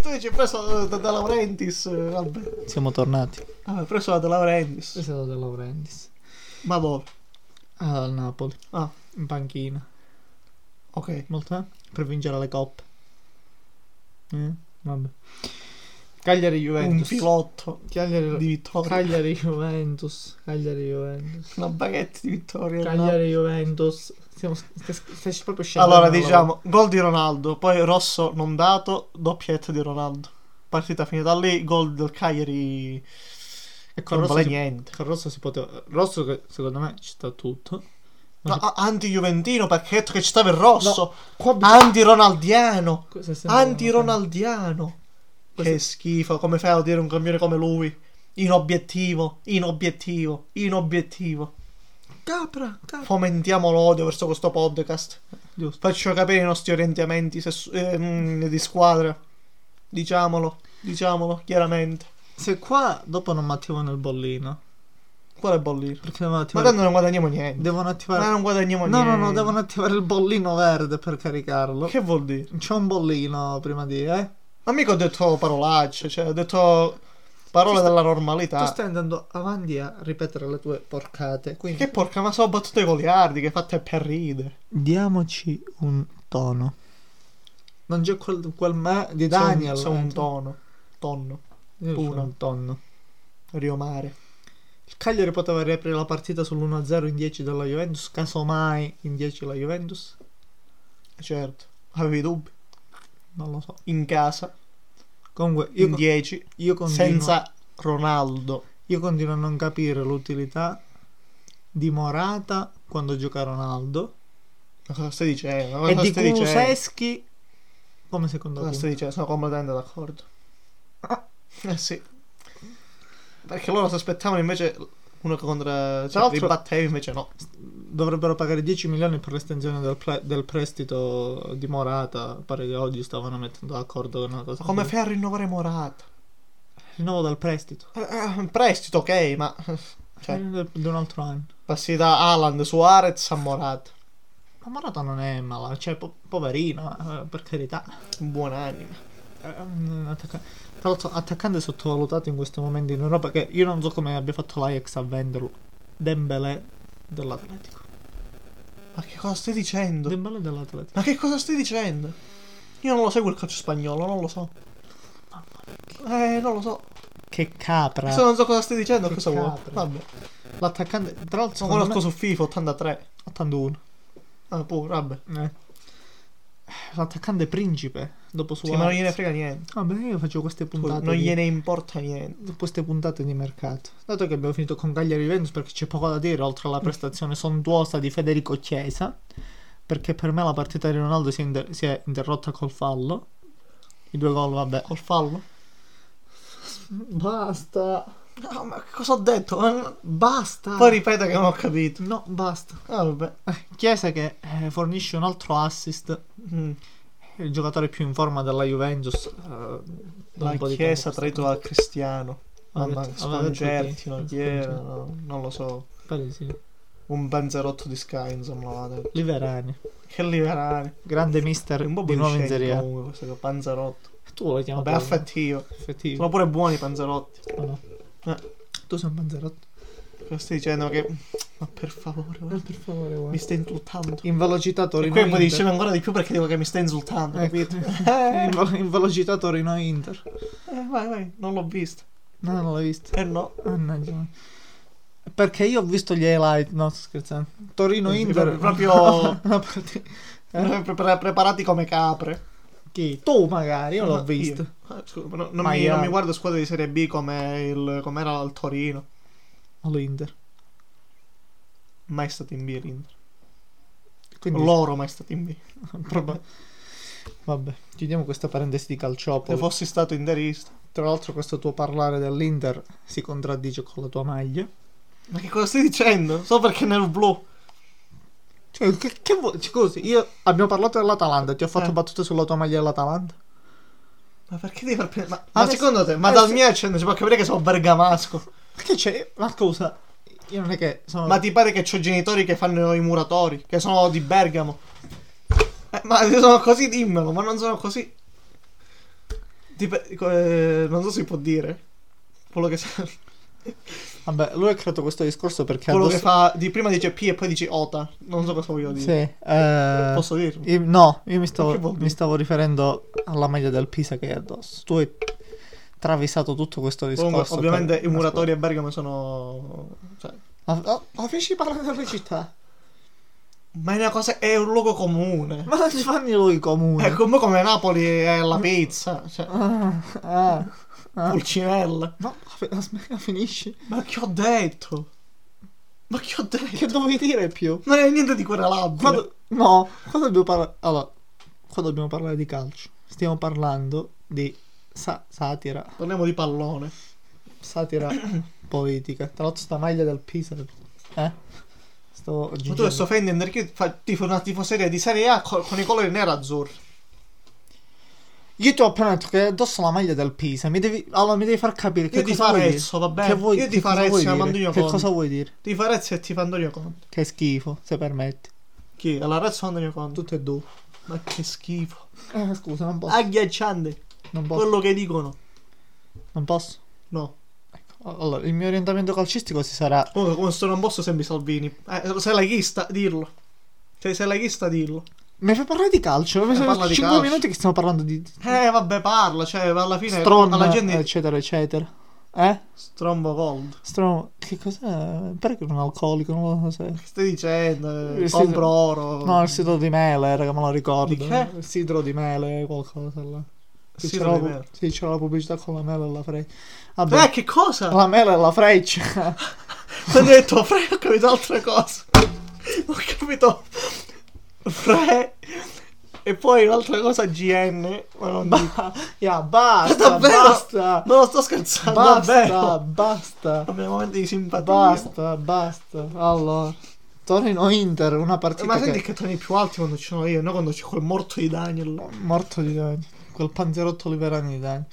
Speaker 2: Tu dici preso eh, da De Laurentiis, eh, vabbè.
Speaker 1: Siamo tornati.
Speaker 2: Vabbè, preso da De Laurentiis.
Speaker 1: Questo è De Laurentiis.
Speaker 2: Ma boh, dove?
Speaker 1: Al Napoli,
Speaker 2: Ah,
Speaker 1: in panchina.
Speaker 2: ok.
Speaker 1: Molto eh? per vincere le coppe. Eh? Vabbè. Cagliari
Speaker 2: Un
Speaker 1: Juventus.
Speaker 2: filotto
Speaker 1: Cagliari
Speaker 2: di vittoria.
Speaker 1: Cagliari Juventus, Cagliari Juventus,
Speaker 2: Una baguette di vittoria. no?
Speaker 1: Cagliari Juventus. Stiamo stai, stai proprio scendendo.
Speaker 2: Allora
Speaker 1: alla-
Speaker 2: diciamo, gol di Ronaldo, poi rosso non dato, doppietta di Ronaldo. Partita finita lì, gol del Cagliari.
Speaker 1: e con
Speaker 2: Non
Speaker 1: Rosso,
Speaker 2: vale
Speaker 1: si,
Speaker 2: niente.
Speaker 1: con Rosso si poteva Rosso che secondo me ci sta tutto.
Speaker 2: No, a- anti-Juventino perché ha detto che ci stava il rosso.
Speaker 1: Qua
Speaker 2: Anti-Ronaldiano.
Speaker 1: Ronaldo
Speaker 2: Anti-Ronaldiano. Che schifo, come fai a dire un campione come lui? Inobiettivo, inobiettivo, inobiettivo.
Speaker 1: Capra, capra.
Speaker 2: Fomentiamo l'odio verso questo podcast.
Speaker 1: Eh, Giusto.
Speaker 2: Faccio capire i nostri orientamenti sessu- eh, mm, di squadra. Diciamolo, diciamolo chiaramente.
Speaker 1: Se qua dopo non mi attivano il bollino,
Speaker 2: Quale bollino?
Speaker 1: perché devono
Speaker 2: Ma
Speaker 1: attivare...
Speaker 2: tanto non guadagniamo niente.
Speaker 1: Devono
Speaker 2: Ma
Speaker 1: attivare...
Speaker 2: non guadagniamo
Speaker 1: No, no,
Speaker 2: niente.
Speaker 1: no, devono attivare il bollino verde per caricarlo.
Speaker 2: Che vuol dire?
Speaker 1: C'è un bollino prima di, eh?
Speaker 2: Ma mica ho detto parolacce, cioè ho detto parole
Speaker 1: Tu sta-
Speaker 2: della
Speaker 1: Tu
Speaker 2: normalità.
Speaker 1: stai andando avanti a ripetere le tue porcate, quindi...
Speaker 2: Che porca, ma sono battute goliardi che fatte per ridere.
Speaker 1: Diamoci un tono. Non c'è quel, quel me di Daniel.
Speaker 2: Sono un
Speaker 1: eh.
Speaker 2: tono. Tonno.
Speaker 1: Io sono
Speaker 2: Uno.
Speaker 1: un tonno.
Speaker 2: Rio Mare.
Speaker 1: Il Cagliari poteva riaprire la partita sull'1-0 in 10 della Juventus, casomai in 10 la Juventus,
Speaker 2: Certo. Avevi dubbi?
Speaker 1: non lo so.
Speaker 2: In casa,
Speaker 1: Comunque io,
Speaker 2: in 10,
Speaker 1: io continuo,
Speaker 2: senza Ronaldo.
Speaker 1: io continuo a non capire l'utilità di Morata quando gioca Ronaldo
Speaker 2: Ma cosa stai dicendo? Ma
Speaker 1: e
Speaker 2: cosa
Speaker 1: di
Speaker 2: stai dicendo?
Speaker 1: Kuluseschi come secondo
Speaker 2: Cosa
Speaker 1: punto.
Speaker 2: stai dicendo? Sono completamente d'accordo. Eh sì. Perché loro si aspettavano invece uno contro... Cioè,
Speaker 1: l'altro-
Speaker 2: li battevi invece no.
Speaker 1: Dovrebbero pagare 10 milioni per l'estensione del, pre- del prestito di Morata, pare che oggi stavano mettendo d'accordo con una cosa.
Speaker 2: Ma come
Speaker 1: del-
Speaker 2: fai a rinnovare Morata?
Speaker 1: Rinnovo del prestito.
Speaker 2: Eh, eh, un prestito, ok, ma... Cioè,
Speaker 1: Eh, Di un altro anno.
Speaker 2: passi da Haaland, Suarez a Morata.
Speaker 1: Ma Morata non è malato, cioè po- poverino, eh, per carità.
Speaker 2: Buon'anima.
Speaker 1: Eh, un attacca- Tra l'altro attaccante sottovalutato in questo momento in Europa che io non so come abbia fatto l'Ajax a venderlo. Dembélé dell'Atletico.
Speaker 2: Ma che cosa stai dicendo?
Speaker 1: Dembélé dell'Atletico.
Speaker 2: Ma che cosa stai dicendo? Io non lo seguo il calcio spagnolo, non lo so. Eh, non lo so.
Speaker 1: Che capra.
Speaker 2: Se non so cosa stai dicendo,
Speaker 1: Eh. Che
Speaker 2: cosa vuoi?
Speaker 1: capre.
Speaker 2: Vabbè,
Speaker 1: L'attaccante tra l'altro
Speaker 2: sono
Speaker 1: secondo
Speaker 2: conosco
Speaker 1: me...
Speaker 2: su FIFA 83.
Speaker 1: 81.
Speaker 2: Ah, pure, vabbè.
Speaker 1: Eh. L'attaccante principe dopo
Speaker 2: Sì, ma non
Speaker 1: Suarez.
Speaker 2: gliene frega niente.
Speaker 1: Vabbè, io facevo queste puntate.
Speaker 2: Non
Speaker 1: di-
Speaker 2: gliene importa niente.
Speaker 1: queste puntate di mercato. Dato che abbiamo finito con Cagliari Juventus perché c'è poco da dire oltre
Speaker 2: Mm.
Speaker 1: alla prestazione sontuosa di Federico Chiesa, perché per me la partita di Ronaldo si è, inter- si è interrotta col fallo. I due gol, vabbè.
Speaker 2: Col fallo?
Speaker 1: Basta.
Speaker 2: No, ma che cosa ho detto? Ma-
Speaker 1: Basta.
Speaker 2: Poi ripeto che non ho capito.
Speaker 1: No, basta.
Speaker 2: Ah, vabbè.
Speaker 1: Chiesa che eh, fornisce un altro assist.
Speaker 2: Mm.
Speaker 1: Il giocatore più in forma della Juventus. eh, da
Speaker 2: La
Speaker 1: un po' di
Speaker 2: chiesa
Speaker 1: tempo questa-
Speaker 2: traito da Cristiano.
Speaker 1: Aveva
Speaker 2: Mamma,
Speaker 1: detto- aveva detto
Speaker 2: sconcerti,
Speaker 1: chi?
Speaker 2: no, chi era, no, non lo so.
Speaker 1: Pare di sì.
Speaker 2: Un banzerotto di Sky, insomma, l'ha detto.
Speaker 1: Liverani.
Speaker 2: Che liberale.
Speaker 1: Grande mister
Speaker 2: È un po'
Speaker 1: di nuovo in
Speaker 2: buoniscente
Speaker 1: Serie A.
Speaker 2: comunque questo che panzerotto.
Speaker 1: Tu lo chiami
Speaker 2: Vabbè, affettivo.
Speaker 1: effettivo.
Speaker 2: Sono pure buoni i panzerotti.
Speaker 1: o no?
Speaker 2: Eh,
Speaker 1: Tu sei un panzerotto.
Speaker 2: cosa stai dicendo che... Ma per favore, guarda,
Speaker 1: per favore,
Speaker 2: mi stai insultando.
Speaker 1: In velocità
Speaker 2: E
Speaker 1: Torino
Speaker 2: qui mi
Speaker 1: Inter.
Speaker 2: dicevi ancora di più perché dico che mi stai insultando,
Speaker 1: Ecco.
Speaker 2: capito?
Speaker 1: In, vel- in velocità Torino Inter.
Speaker 2: Eh, vai, vai, non l'ho visto.
Speaker 1: No, non l'hai visto.
Speaker 2: Eh no.
Speaker 1: Mannaggia. Perché io ho visto gli highlight. No, sto scherzando. Torino Inter.
Speaker 2: Proprio- proprio-
Speaker 1: Una partita-
Speaker 2: Pre- pre- pre- preparati come capre.
Speaker 1: Chi? Tu magari, io
Speaker 2: Ma
Speaker 1: l'ho visto.
Speaker 2: Eh, scusa, ma no- non,
Speaker 1: Ma
Speaker 2: mi,
Speaker 1: io-
Speaker 2: non mi guardo squadre di Serie B come il, come era il Torino.
Speaker 1: All'Inter.
Speaker 2: Mai stato in B l'Inter.
Speaker 1: Quindi
Speaker 2: Loro mai stato in B.
Speaker 1: proba- Vabbè, chiudiamo questa parentesi di
Speaker 2: Se
Speaker 1: calciopoli.
Speaker 2: fossi stato interista.
Speaker 1: Tra l'altro questo tuo parlare dell'Inter si contraddice con la tua maglia.
Speaker 2: Ma che cosa stai dicendo? So perché nel blu.
Speaker 1: Cioè, che, che vuoi? Scusi, io abbiamo parlato dell'Atalanta, ti ho fatto
Speaker 2: Eh.
Speaker 1: battute sulla tua maglia dell'Atalanta.
Speaker 2: Ma perché devi far prendere? Ma, eh, ma
Speaker 1: Adesso-
Speaker 2: secondo te? Ma
Speaker 1: adesso-
Speaker 2: dal mio accento si può capire che sono bergamasco.
Speaker 1: Perché c'è? Ma scusa, io non è che sono.
Speaker 2: Ma ti pare che ho genitori che fanno i muratori, che sono di Bergamo? Eh, ma se sono così dimmelo, ma non sono così. Ti pe- co- eh, non so se può dire. Quello che, sa-
Speaker 1: Vabbè, lui ha creato questo discorso perché
Speaker 2: quello che
Speaker 1: addossa-
Speaker 2: fa. Di, prima dice P e poi dice Ota. Non so cosa voglio
Speaker 1: Sì,
Speaker 2: dire.
Speaker 1: eh,
Speaker 2: Posso dirlo?
Speaker 1: io- no, io mi
Speaker 2: Che
Speaker 1: stavo,
Speaker 2: vuol dire?
Speaker 1: mi stavo riferendo alla maglia del Pisa che hai addosso. Tu hai travisato tutto questo discorso.
Speaker 2: Comunque,
Speaker 1: per-
Speaker 2: ovviamente i muratori a Bergamo sono. cioè,
Speaker 1: Ma, ma, ma feci parlare delle città.
Speaker 2: ma è una cosa. È un luogo comune.
Speaker 1: Ma non ci fanno i luoghi comuni.
Speaker 2: È come, come Napoli è la pizza. Cioè,
Speaker 1: Ah, ah, ah.
Speaker 2: pulcinella.
Speaker 1: No, aspetta, finisci.
Speaker 2: Ma che ho detto? Ma che ho detto?
Speaker 1: Che dovevi dire più?
Speaker 2: Non è niente di querelabile.
Speaker 1: Quando- no, qua dobbiamo parlare. Allora, qua dobbiamo parlare di calcio. Stiamo parlando di sa- satira.
Speaker 2: Parliamo di pallone.
Speaker 1: Satira politica. Tra l'altro sta maglia del Pisa. Eh? sto
Speaker 2: Ma tu adesso Fender perché fa tifo una tifoseria di Serie A co- con i colori nero e azzurro?
Speaker 1: Io ti ho appena detto che è addosso la maglia del Pisa. Mi devi, allora, mi devi far capire che
Speaker 2: Io ti
Speaker 1: cosa vuoi dire.
Speaker 2: farezzo, va bene.
Speaker 1: Che vuoi,
Speaker 2: Io ti
Speaker 1: che cosa
Speaker 2: farezzo,
Speaker 1: vuoi
Speaker 2: ma mando
Speaker 1: dire?
Speaker 2: io
Speaker 1: Che
Speaker 2: con-
Speaker 1: cosa vuoi dire?
Speaker 2: Ti farezzo e ti fa Antonio Conte.
Speaker 1: Che schifo, se permetti.
Speaker 2: Chi? Alla razza Antonio Conte.
Speaker 1: Tutte e due.
Speaker 2: Ma che schifo.
Speaker 1: Eh, scusa, non posso.
Speaker 2: Agghiacciante.
Speaker 1: Non posso.
Speaker 2: Quello che dicono.
Speaker 1: Non posso.
Speaker 2: No.
Speaker 1: Allora, il mio orientamento calcistico si sarà.
Speaker 2: Comunque, come sto non posso sembri Salvini. Eh, sei laghista, dirlo. Se sei laghista, dillo.
Speaker 1: Mi fai parlare di calcio? Mi sono
Speaker 2: Eh, parla di
Speaker 1: 5
Speaker 2: calcio.
Speaker 1: minuti che stiamo parlando di
Speaker 2: Eh, vabbè, parla. Cioè, alla fine...
Speaker 1: Stron,
Speaker 2: alla gente...
Speaker 1: eccetera, eccetera. Eh?
Speaker 2: Strombo Cold.
Speaker 1: Stron, che cos'è? Perché un alcolico? Non lo so.
Speaker 2: Che stai dicendo?
Speaker 1: Il
Speaker 2: Compro
Speaker 1: sidro-
Speaker 2: oro.
Speaker 1: Eh, No, il sidro di mele, raga, me lo ricordo.
Speaker 2: Di che?
Speaker 1: Il sidro di mele, qualcosa là. Sì,
Speaker 2: Sidro
Speaker 1: c'era la
Speaker 2: di
Speaker 1: pu-
Speaker 2: mele.
Speaker 1: sì, c'era la pubblicità con la mela e la freccia. Vabbè,
Speaker 2: Eh, che cosa?
Speaker 1: la mela e la freccia.
Speaker 2: Ti ho detto fre, ho capito altra cosa. Ho capito fre e poi un'altra cosa GN, ma non dico.
Speaker 1: Ya, basta,
Speaker 2: Davvero?
Speaker 1: basta,
Speaker 2: Non lo sto scherzando,
Speaker 1: basta,
Speaker 2: davvero.
Speaker 1: basta,
Speaker 2: Abbiamo momenti di simpatia.
Speaker 1: basta, basta. Allora, Torino Inter, una partita
Speaker 2: Ma senti
Speaker 1: che...
Speaker 2: che toni più alti quando ci sono io, no quando c'è quel morto di Daniel.
Speaker 1: Morto di danni, quel panzerotto liberano di danni.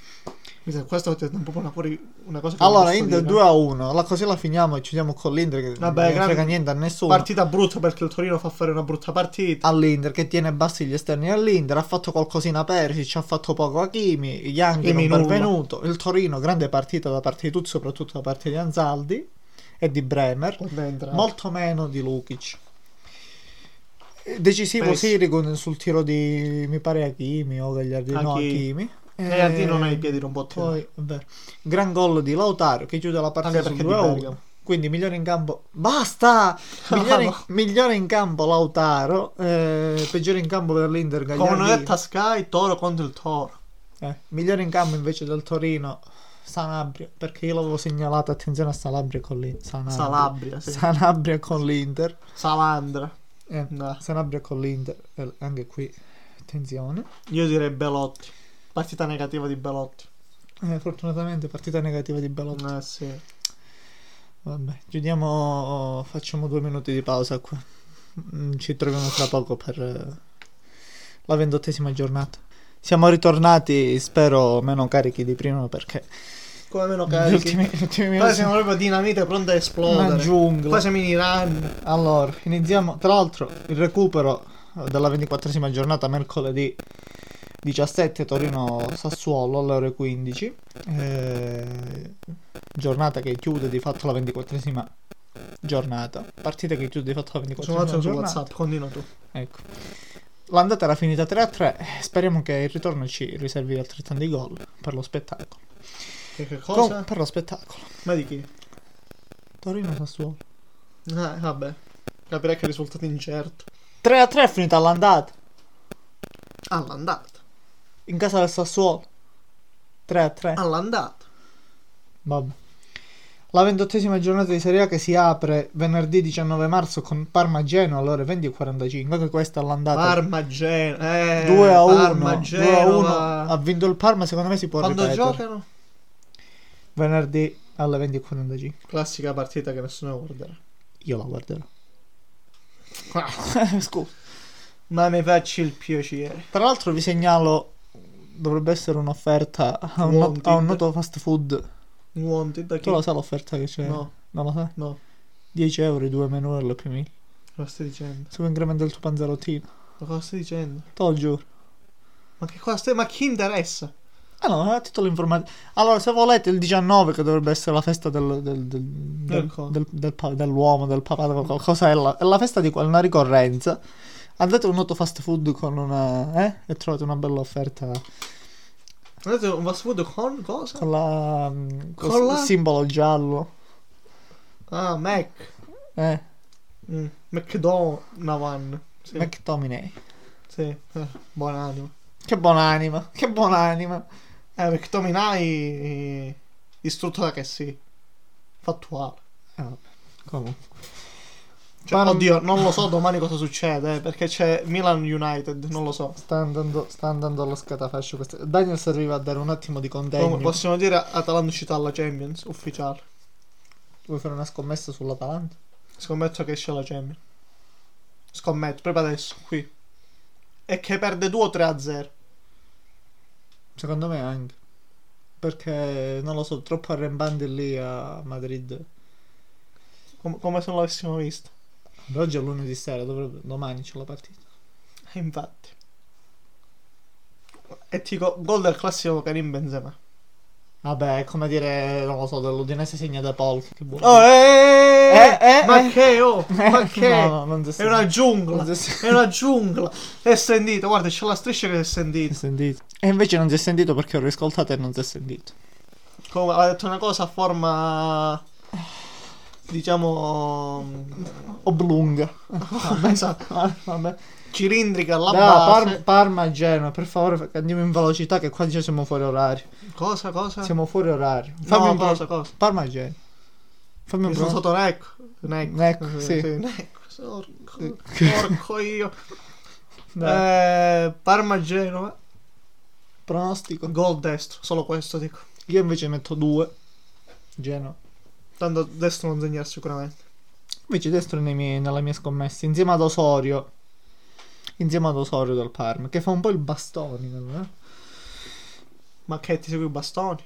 Speaker 2: Mi sa, questo è proprio una, pure una cosa che non
Speaker 1: Allora,
Speaker 2: posso
Speaker 1: Inter
Speaker 2: dire.
Speaker 1: 2 a 1, la così la finiamo e chiudiamo con l'Inter che
Speaker 2: Vabbè,
Speaker 1: non frega
Speaker 2: grande-
Speaker 1: niente a nessuno.
Speaker 2: Partita brutta perché il Torino fa fare una brutta partita.
Speaker 1: all'Inter che tiene bassi gli esterni all'Inter ha fatto qualcosina a Perisic ha fatto poco a Kimi Ianchi non
Speaker 2: Kimi
Speaker 1: è
Speaker 2: nulla.
Speaker 1: benvenuto il Torino grande partita da parte di tutti soprattutto da parte di Anzaldi e di Bremer
Speaker 2: Quando è entrato.
Speaker 1: molto meno di Lukic decisivo
Speaker 2: Pes-
Speaker 1: Sirigun sul tiro di mi pare a Kimi o Gagliardino no, a
Speaker 2: Achille.
Speaker 1: Kimi
Speaker 2: e a te Eh, non hai i piedi non botti.
Speaker 1: poi vabbè, gran gol di Lautaro che chiude la partita
Speaker 2: Anche
Speaker 1: sul
Speaker 2: perché di
Speaker 1: 2 a 1
Speaker 2: Bergamo.
Speaker 1: quindi migliore in campo basta migliore, in- migliore in campo Lautaro eh, peggiore in campo per l'Inter
Speaker 2: Come non
Speaker 1: Gagliardini
Speaker 2: detta Sky, Toro contro il Toro.
Speaker 1: Eh, migliore in campo invece del Torino Sanabria perché io l'avevo segnalato attenzione a Sanabria con l'Inter
Speaker 2: Ah,
Speaker 1: Sanabria,
Speaker 2: Salabria, sì. Mm.
Speaker 1: Sanabria con l'Inter
Speaker 2: Salandra.
Speaker 1: Eh,
Speaker 2: No.
Speaker 1: Sanabria con l'Inter eh, anche qui attenzione
Speaker 2: Io direi Belotti. Partita negativa di Belotti.
Speaker 1: Eh, fortunatamente partita negativa di Belotti
Speaker 2: Eh sì.
Speaker 1: Vabbè, chiudiamo, facciamo due minuti di pausa qua. Mm, Ci troviamo tra poco per eh, la ventottesima giornata. Siamo ritornati, spero meno carichi di prima perché
Speaker 2: Come meno
Speaker 1: gli
Speaker 2: carichi.
Speaker 1: ultimi, gli ultimi
Speaker 2: Poi
Speaker 1: minuti
Speaker 2: siamo
Speaker 1: sono
Speaker 2: proprio dinamite pronte a
Speaker 1: una
Speaker 2: esplodere.
Speaker 1: giungla.
Speaker 2: Poi siamo in Iran.
Speaker 1: Allora, iniziamo. Tra l'altro, il recupero eh, della ventiquattresima giornata mercoledì 17 Torino-Sassuolo alle ore 15. Eh, giornata che chiude di fatto la ventiquattresima giornata. Partita che chiude di fatto la
Speaker 2: Sono un
Speaker 1: ventiquattresima
Speaker 2: attimo su
Speaker 1: giornata.
Speaker 2: WhatsApp, continua tu.
Speaker 1: Ecco. L'andata era finita 3-3. Speriamo che il ritorno ci riservi altrettanti gol per lo spettacolo.
Speaker 2: Che, che cosa?
Speaker 1: Com- per lo spettacolo.
Speaker 2: Ma di chi?
Speaker 1: Torino-Sassuolo.
Speaker 2: Ah, vabbè. Capirei che il risultato è incerto.
Speaker 1: 3-3 è finita l'andata.
Speaker 2: All'andata.
Speaker 1: In casa del Sassuolo. 3-3.
Speaker 2: All'andata.
Speaker 1: Eh. Vabbè. La ventottesima giornata di Serie A che si apre venerdì 19 marzo con Parma-Genoa alle ore 20.45, che questa è l'andata
Speaker 2: Parma Geno. Eh,
Speaker 1: 2 a 1. 2 a 1.
Speaker 2: Parma
Speaker 1: Ha
Speaker 2: Genova.
Speaker 1: vinto il Parma, secondo me si può
Speaker 2: Quando
Speaker 1: ripetere.
Speaker 2: giocano?
Speaker 1: Venerdì alle 20.45.
Speaker 2: Classica partita che nessuno guarderà.
Speaker 1: Io la guarderò. Scusa.
Speaker 2: Ma mi facci il piacere.
Speaker 1: Tra l'altro vi segnalo, dovrebbe essere un'offerta a un, not- a un noto fast food.
Speaker 2: Wanted da chi?
Speaker 1: Tu lo sai l'offerta che c'è?
Speaker 2: No,
Speaker 1: Non lo sai?
Speaker 2: no.
Speaker 1: 10 euro i due menù e l'OP1000.
Speaker 2: Cosa stai dicendo?
Speaker 1: Se vuoi incrementa il tuo panzerottino.
Speaker 2: Ma cosa stai dicendo?
Speaker 1: Te lo giuro.
Speaker 2: Ma che cosa stai... Ma chi interessa?
Speaker 1: Ah no, a titolo informativo. Allora, se volete il 19, che dovrebbe essere la festa del, del, del, del-
Speaker 2: Del co-
Speaker 1: del- del pa- dell'uomo, del papà, del qualcosa, è la, è la festa di qual- una ricorrenza. Andate a un noto fast food con una... Eh, e trovate una bella offerta
Speaker 2: Guardate un fast food con cosa?
Speaker 1: con la... mm, col
Speaker 2: Con la-
Speaker 1: simbolo giallo.
Speaker 2: Ah, Mac.
Speaker 1: Eh,
Speaker 2: Mm. McDonald's. Sì.
Speaker 1: McTominay.
Speaker 2: sì. Eh, buonanima.
Speaker 1: Che buon'anima, che buon'anima.
Speaker 2: Eh, McTominay... eh, Distrutto da che sì. Fattuale.
Speaker 1: Eh, vabbè, comunque.
Speaker 2: Cioè,
Speaker 1: Ma non-
Speaker 2: oddio, non lo so domani cosa succede, eh, perché c'è Milan United, non lo so.
Speaker 1: Sta andando, sta andando allo scatafascio questa... Daniel serviva a dare un attimo di contegno.
Speaker 2: Comunque, possiamo dire Atalanta uscita alla Champions, ufficiale.
Speaker 1: Vuoi fare una scommessa sull'Atalanta?
Speaker 2: Scommetto che esce la Champions. Scommetto, proprio adesso, qui. E che perde 2 o 3 a 0.
Speaker 1: Secondo me anche. Perché non lo so, troppo arrembante lì a Madrid.
Speaker 2: Com- come se non l'avessimo visto.
Speaker 1: Vabbè, Oggi è lunedì sera, dovrebbe- domani c'è la partita.
Speaker 2: E infatti. E ti dico, gol del classico Karim Benzema.
Speaker 1: Vabbè, è come dire, non lo so, dell'Udinese segna da Paul. Che buono.
Speaker 2: Oh, eh,
Speaker 1: eh,
Speaker 2: ma
Speaker 1: eh.
Speaker 2: che, oh, ma che?
Speaker 1: No, no, non si
Speaker 2: È una giungla,
Speaker 1: Non si è sentito.
Speaker 2: è una giungla. È sentito, guarda, c'è la striscia che si è sentita.
Speaker 1: sentito. E invece non si è sentito perché ho riscoltato e non si è sentito.
Speaker 2: Come, ha detto una cosa a forma... Diciamo... mm,
Speaker 1: Oblunga.
Speaker 2: esatto,
Speaker 1: Ah, Vabbè.
Speaker 2: Cilindrica alla
Speaker 1: Da,
Speaker 2: base.
Speaker 1: Par- Parma Genoa, per favore, andiamo in velocità che qua già siamo fuori orario.
Speaker 2: Cosa, cosa?
Speaker 1: Siamo fuori orario. Fammi
Speaker 2: Ah. No,
Speaker 1: un
Speaker 2: cosa,
Speaker 1: po'.
Speaker 2: cosa?
Speaker 1: Parma Genoa. Fammi un
Speaker 2: Mi sono
Speaker 1: po'.
Speaker 2: stato necco. Necco.
Speaker 1: Necco,
Speaker 2: Eh,
Speaker 1: sì.
Speaker 2: necco, Orco, orco io.
Speaker 1: Dai,
Speaker 2: Eh, Parma Genova,
Speaker 1: Pronostico.
Speaker 2: gol destro, solo questo dico.
Speaker 1: Io invece metto due. Genoa.
Speaker 2: Tanto destro non segnerà sicuramente.
Speaker 1: Invece destro nei miei- nella mia scommessa, insieme ad Osorio. Insieme ad Osorio del Parma, che fa un po' il bastone. non è?
Speaker 2: Ma che ti segui i bastoni?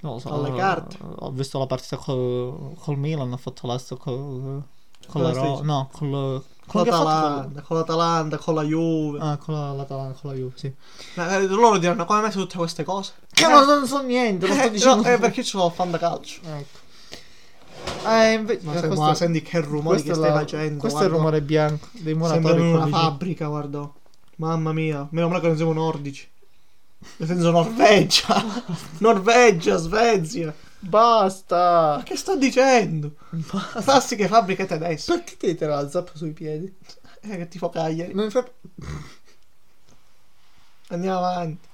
Speaker 1: Non lo so.
Speaker 2: Alle carte.
Speaker 1: Ho visto la partita col, col Milan, ho fatto l'asto col. Con
Speaker 2: Cosa
Speaker 1: la Ro-
Speaker 2: stai-
Speaker 1: no, col.
Speaker 2: Con
Speaker 1: Con che ha fatto
Speaker 2: l'Atalanta, con l'Atalanta, con la Juve.
Speaker 1: col- Ah, con la, l'Atalanta, con la Juve, sì.
Speaker 2: Ma, eh, loro diranno come hai messo tutte queste cose?
Speaker 1: Che non, non so niente, lo sto
Speaker 2: Eh,
Speaker 1: dicendo.
Speaker 2: no, eh, perché ce l'ho fan da calcio?
Speaker 1: Ecco. Eh, invece.
Speaker 2: Ma,
Speaker 1: eh,
Speaker 2: se-
Speaker 1: questo-
Speaker 2: ma senti che rumore
Speaker 1: questo
Speaker 2: che
Speaker 1: è
Speaker 2: stai
Speaker 1: la-
Speaker 2: facendo?
Speaker 1: Questo è il
Speaker 2: guarda.
Speaker 1: rumore bianco dei
Speaker 2: Sembra
Speaker 1: muratori.
Speaker 2: una
Speaker 1: con vicino.
Speaker 2: fabbrica, guarda. Mamma mia, meno male che non siamo nordici. Nel senso Norvegia, Norvegia, Svezia. Ma
Speaker 1: Basta!
Speaker 2: che sto dicendo? Classiche fabbriche tedesche.
Speaker 1: Perché ti metterà la zappa sui piedi?
Speaker 2: Eh, che tifo Cagliari.
Speaker 1: Non fa...
Speaker 2: Andiamo avanti.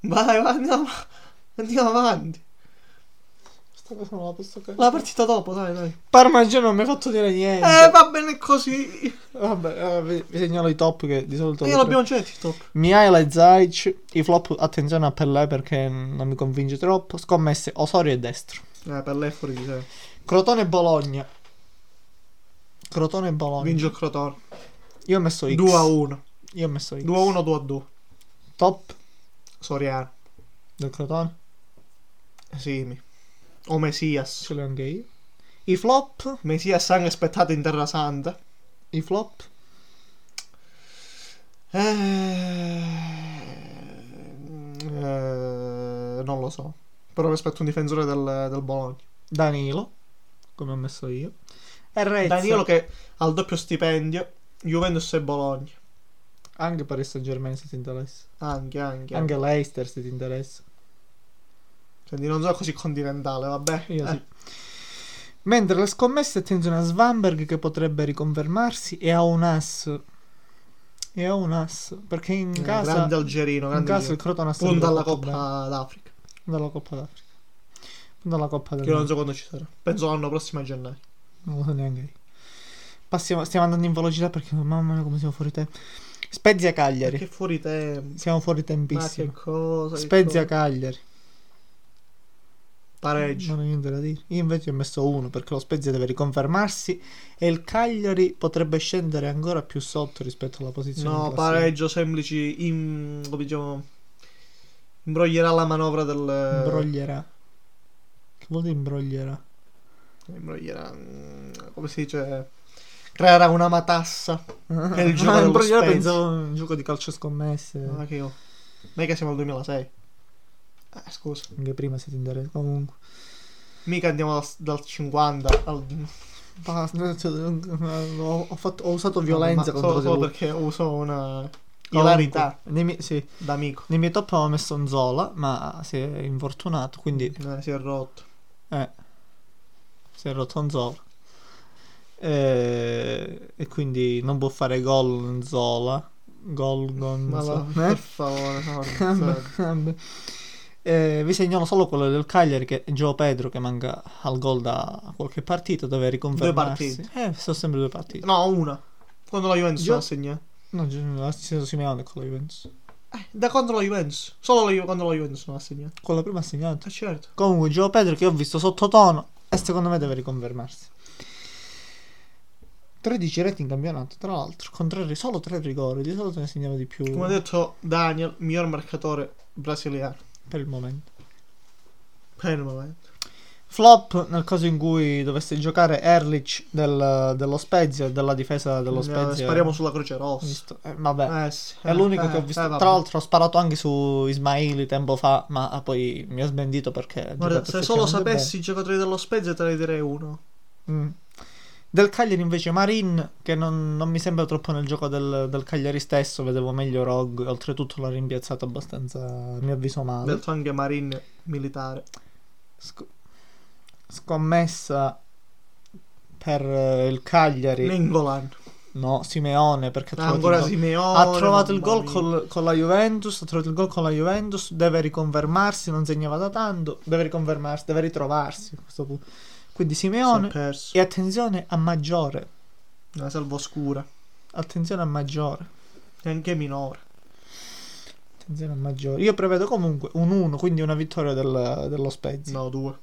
Speaker 2: Vai, vai, andiamo, andiamo avanti.
Speaker 1: Sta cosa non la posso capire.
Speaker 2: La partita dopo, dai, dai.
Speaker 1: Parma Genoa non mi ha fatto dire niente.
Speaker 2: Eh, va bene così.
Speaker 1: Vabbè, eh, vi, vi segnalo i top che di solito...
Speaker 2: Io l'abbiamo già detto. top.
Speaker 1: Mihail e Zaic, i flop, attenzione a Pellè perché non mi convince troppo. Scommesse Osorio e Destro.
Speaker 2: Eh, per lei è fuori di sé.
Speaker 1: Crotone e Bologna. Crotone e Bologna.
Speaker 2: Vince il Crotone.
Speaker 1: Io ho messo X.
Speaker 2: 2 a 1.
Speaker 1: Io ho messo X.
Speaker 2: 2 a 1, 2 a eh. 2.
Speaker 1: Top
Speaker 2: Soriano.
Speaker 1: del Crotone.
Speaker 2: Simi. O Mesias.
Speaker 1: Ce l'ho anche io. I flop.
Speaker 2: Mesias anche aspettato in Terra Santa.
Speaker 1: I flop.
Speaker 2: Eh, eh, non lo so. Però mi aspetto un difensore del, del Bologna.
Speaker 1: Danilo. Come ho messo io. E Rezza.
Speaker 2: Danilo che ha il doppio stipendio. Juventus e Bologna.
Speaker 1: Anche Paris Saint Germain se ti interessa.
Speaker 2: Anche, anche.
Speaker 1: Anche Leicester se ti interessa.
Speaker 2: Quindi non so così continentale, vabbè.
Speaker 1: Io
Speaker 2: Eh,
Speaker 1: sì. Mentre le scommesse, attenzione a Svanberg che potrebbe riconfermarsi e a un as. E a un as. Perché in
Speaker 2: eh,
Speaker 1: casa,
Speaker 2: grande algerino,
Speaker 1: in
Speaker 2: grande
Speaker 1: casa il
Speaker 2: algerino.
Speaker 1: Crotone ha
Speaker 2: Punta alla
Speaker 1: fatto
Speaker 2: Coppa
Speaker 1: bene.
Speaker 2: d'Africa.
Speaker 1: Punta alla Coppa d'Africa. Punta alla Coppa del
Speaker 2: Che io non so quando ci sarà. Penso l'anno prossimo a gennaio.
Speaker 1: Non lo so neanche io. Passiamo, stiamo andando in velocità perché mamma mia come siamo fuori tempo. Spezia Cagliari.
Speaker 2: Che fuori tempo.
Speaker 1: Siamo fuori
Speaker 2: Ma che
Speaker 1: tempissimo.
Speaker 2: cosa. che
Speaker 1: Spezia
Speaker 2: cosa.
Speaker 1: Cagliari.
Speaker 2: Pareggio.
Speaker 1: Non ho niente da dire. Io invece ho messo uno perché lo Spezia deve riconfermarsi e il Cagliari potrebbe scendere ancora più sotto rispetto alla posizione.
Speaker 2: No,
Speaker 1: in classifica.
Speaker 2: pareggio semplici. In, come diciamo. Imbroglierà la manovra del.
Speaker 1: Imbroglierà. Che vuol dire imbroglierà?
Speaker 2: Imbroglierà. mm, Come si dice? Creerà una matassa. È il gioco
Speaker 1: Ah,
Speaker 2: dello
Speaker 1: imbroglierà
Speaker 2: Spezia.
Speaker 1: pensavo un gioco di calcio scommesse.
Speaker 2: Ma che io. Non è che siamo al 2006. Eh, scusa.
Speaker 1: Anche prima se ti interessa. Comunque.
Speaker 2: Mica andiamo dal, dal 50 al.
Speaker 1: Basta, cioè, ho, ho fatto- ho usato violenza
Speaker 2: Ma
Speaker 1: contro
Speaker 2: solo,
Speaker 1: di
Speaker 2: solo
Speaker 1: lui.
Speaker 2: perché uso una
Speaker 1: Comunque,
Speaker 2: ilarità
Speaker 1: Nei miei, sì,
Speaker 2: d'amico.
Speaker 1: nei miei top avevo messo Nzola, ma si è infortunato, quindi
Speaker 2: Eh, si è rotto.
Speaker 1: Eh, si è rotto Nzola. Eh, e quindi non può fare gol Nzola. Gol
Speaker 2: Ma va,
Speaker 1: Gonzola.
Speaker 2: per
Speaker 1: Eh?
Speaker 2: favore, no,
Speaker 1: Vabbè,
Speaker 2: non
Speaker 1: vabbè. Eh, vi segnalo solo quello del Cagliari che è Gio Pedro che manca al gol da qualche partita dove riconfermarsi.
Speaker 2: Due
Speaker 1: Eh, sono sempre due
Speaker 2: so.
Speaker 1: partite.
Speaker 2: no, una. Quando la Juventus
Speaker 1: Gio-
Speaker 2: la segna.
Speaker 1: No, Gio- Gio Simeone con la Juventus.
Speaker 2: Eh, da quando la Juventus? Solo la Ju- quando la Juventus non ha segnato.
Speaker 1: Con la prima ha segnato.
Speaker 2: Eh, certo.
Speaker 1: Comunque Gio Pedro che ho visto sottotono E secondo me deve riconfermarsi. 13 reti in campionato, tra l'altro, con tre, solo 3 rigori, di solito ne segnava di più
Speaker 2: Come ha detto Daniel, miglior marcatore brasiliano.
Speaker 1: per il momento.
Speaker 2: Per il momento.
Speaker 1: Flop nel caso in cui dovesse giocare Erlich del- dello Spezia, della difesa dello
Speaker 2: Eh,
Speaker 1: Spezia.
Speaker 2: Spariamo sulla Croce Rossa.
Speaker 1: Visto- eh, vabbè,
Speaker 2: Eh, sì.
Speaker 1: È l'unico
Speaker 2: Eh,
Speaker 1: che ho
Speaker 2: eh,
Speaker 1: visto.
Speaker 2: vabbè.
Speaker 1: Tra l'altro, ho sparato anche su Ismaili tempo fa, ma ah, poi mi ha smentito perché. ha
Speaker 2: Guarda,
Speaker 1: giocato
Speaker 2: se solo
Speaker 1: effettivamente
Speaker 2: sapessi i giocatori dello Spezia te ne direi uno.
Speaker 1: bene. Mm. Del Cagliari invece Marin, che non, non mi sembra troppo nel gioco del, del Cagliari stesso, vedevo meglio Rog, oltretutto l'ha rimpiazzato abbastanza, mi avviso
Speaker 2: Ha
Speaker 1: male.
Speaker 2: detto anche Marin militare.
Speaker 1: Sc- scommessa per eh, il Cagliari,
Speaker 2: Nengolan.
Speaker 1: no, Simeone, perché ha trovato il
Speaker 2: Ancora
Speaker 1: gol-
Speaker 2: Simeone.
Speaker 1: Ha trovato il
Speaker 2: mamma
Speaker 1: gol
Speaker 2: mia.
Speaker 1: col- con la Juventus, ha trovato il gol con la Juventus, deve riconfermarsi, non segnava da tanto, deve riconfermarsi, deve ritrovarsi a questo punto. Quindi
Speaker 2: Si è
Speaker 1: Simeone
Speaker 2: perso.
Speaker 1: e attenzione a Maggiore,
Speaker 2: Una salva oscura.
Speaker 1: attenzione a Maggiore,
Speaker 2: E anche minore.
Speaker 1: attenzione a Maggiore. Io prevedo comunque un 1, quindi una vittoria del- dello Spezia.
Speaker 2: No, due.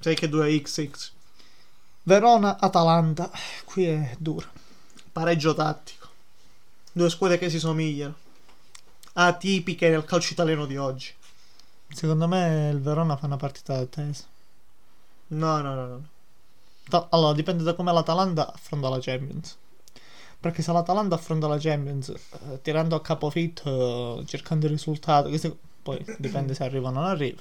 Speaker 2: Sai che due è XX.
Speaker 1: Verona Atalanta, qui è dura.
Speaker 2: Pareggio tattico. Due squadre che si somigliano. Atipiche nel calcio italiano di oggi.
Speaker 1: Secondo me il Verona fa una partita attesa.
Speaker 2: No, no, no, no.
Speaker 1: Ta- allora, dipende da come l'Atalanta affronta la Champions. Perché se l'Atalanta affronta la Champions eh, tirando a capofitto, eh, cercando il risultato, che se- poi dipende se arriva o non arriva.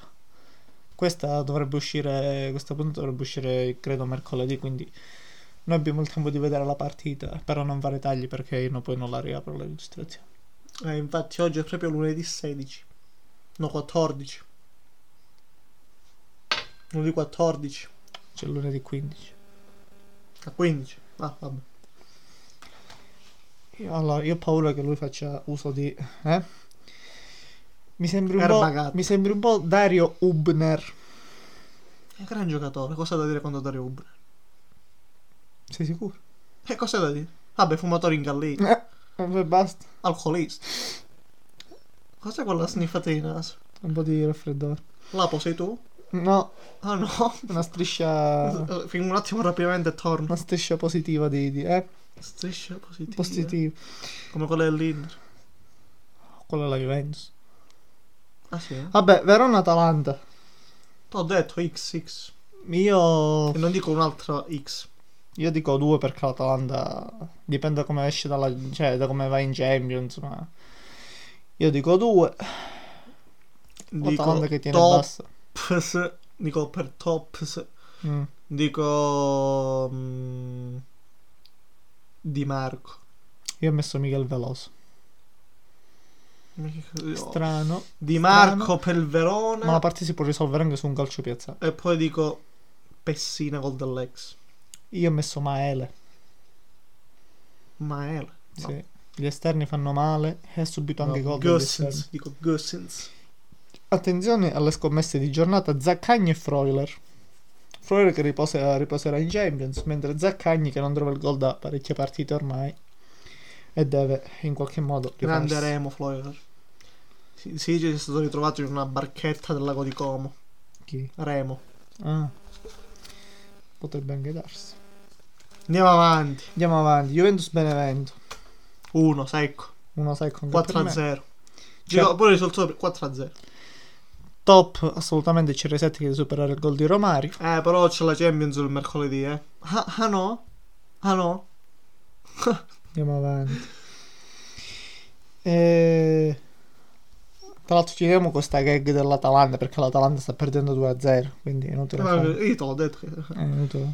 Speaker 1: Questa dovrebbe uscire, questa puntata dovrebbe uscire credo mercoledì, quindi noi abbiamo il tempo di vedere la partita, però non fare tagli perché io no- poi non la riapro la registrazione.
Speaker 2: Eh, infatti oggi è proprio lunedì 16. No, 14. Lunedì 14.
Speaker 1: C'è lunedì 15.
Speaker 2: A 15. Ah, vabbè.
Speaker 1: Io- allora, io ho paura che lui faccia uso di... eh? Mi sembri un, po',
Speaker 2: Erbagato.
Speaker 1: mi sembri un po' Dario Ubner.
Speaker 2: È un gran giocatore. Cosa da dire quando Dario Ubra?
Speaker 1: Sei sicuro?
Speaker 2: E cosa da dire? Vabbè, fumatore ingallito.
Speaker 1: Eh, vabbè, basta.
Speaker 2: Alcolista. Cos'è quella sniffata di naso?
Speaker 1: Un po' di raffreddore.
Speaker 2: Lapo sei tu?
Speaker 1: No,
Speaker 2: Ah no.
Speaker 1: una striscia.
Speaker 2: Eh, Fin un attimo rapidamente e torno.
Speaker 1: Una striscia positiva di. di- eh?
Speaker 2: Striscia positiva.
Speaker 1: Positiva.
Speaker 2: Come quella dell'Inter.
Speaker 1: Quella è la Juventus.
Speaker 2: Ah sì. eh?
Speaker 1: Vabbè, Verona Atalanta.
Speaker 2: T'ho detto XX.
Speaker 1: Io.
Speaker 2: E non dico un'altra X.
Speaker 1: Io dico due perché l'Atalanta. Dipende da come esce dalla. cioè da come va in Champions, ma. Io dico due.
Speaker 2: Dico
Speaker 1: L'Atalanta che tiene
Speaker 2: tops.
Speaker 1: bassa.
Speaker 2: Dico per tops.
Speaker 1: Mm.
Speaker 2: Dico... mm, Di Marco.
Speaker 1: Io ho messo Miguel Veloso.
Speaker 2: Ma che cos'è?
Speaker 1: Strano.
Speaker 2: Di Marco per il Verona.
Speaker 1: Ma la partita si può risolvere anche su un calcio piazzato.
Speaker 2: E poi dico Pessina col dell'ex.
Speaker 1: Io ho messo Maele.
Speaker 2: Maele.
Speaker 1: Sì. Gli esterni fanno male e ha subito anche gol. dagli esterni.
Speaker 2: Gossens. Dico Gossens.
Speaker 1: Attenzione alle scommesse di giornata Zaccagni e Freuler. Freuler che riposa- riposerà in Champions, mentre Zaccagni che non trova il gol da parecchie partite ormai e deve in qualche modo
Speaker 2: Grande
Speaker 1: rifarsi.
Speaker 2: Remo Floyer. Si, si dice che è stato ritrovato in una barchetta del lago di Como.
Speaker 1: Chi?
Speaker 2: Remo.
Speaker 1: Ah. Potrebbe anche darsi.
Speaker 2: Andiamo avanti.
Speaker 1: Andiamo avanti. Juventus Benevento.
Speaker 2: 1, secco.
Speaker 1: Uno sai con che
Speaker 2: 4
Speaker 1: per
Speaker 2: a
Speaker 1: me.
Speaker 2: 0.
Speaker 1: Cioè-
Speaker 2: Dico, poi il risultato per 4 a 0.
Speaker 1: Top assolutamente CR7 che deve superare il gol di Romari.
Speaker 2: Eh, però c'è la Champions il mercoledì, eh. Ah, ah no? Ah no?
Speaker 1: Andiamo avanti. E... Tra l'altro chiediamo questa gag dell'Atalanta perché l'Atalanta sta perdendo 2-0, quindi è inutile.
Speaker 2: Eh,
Speaker 1: fare-
Speaker 2: io te l'ho detto. che-
Speaker 1: è inutile.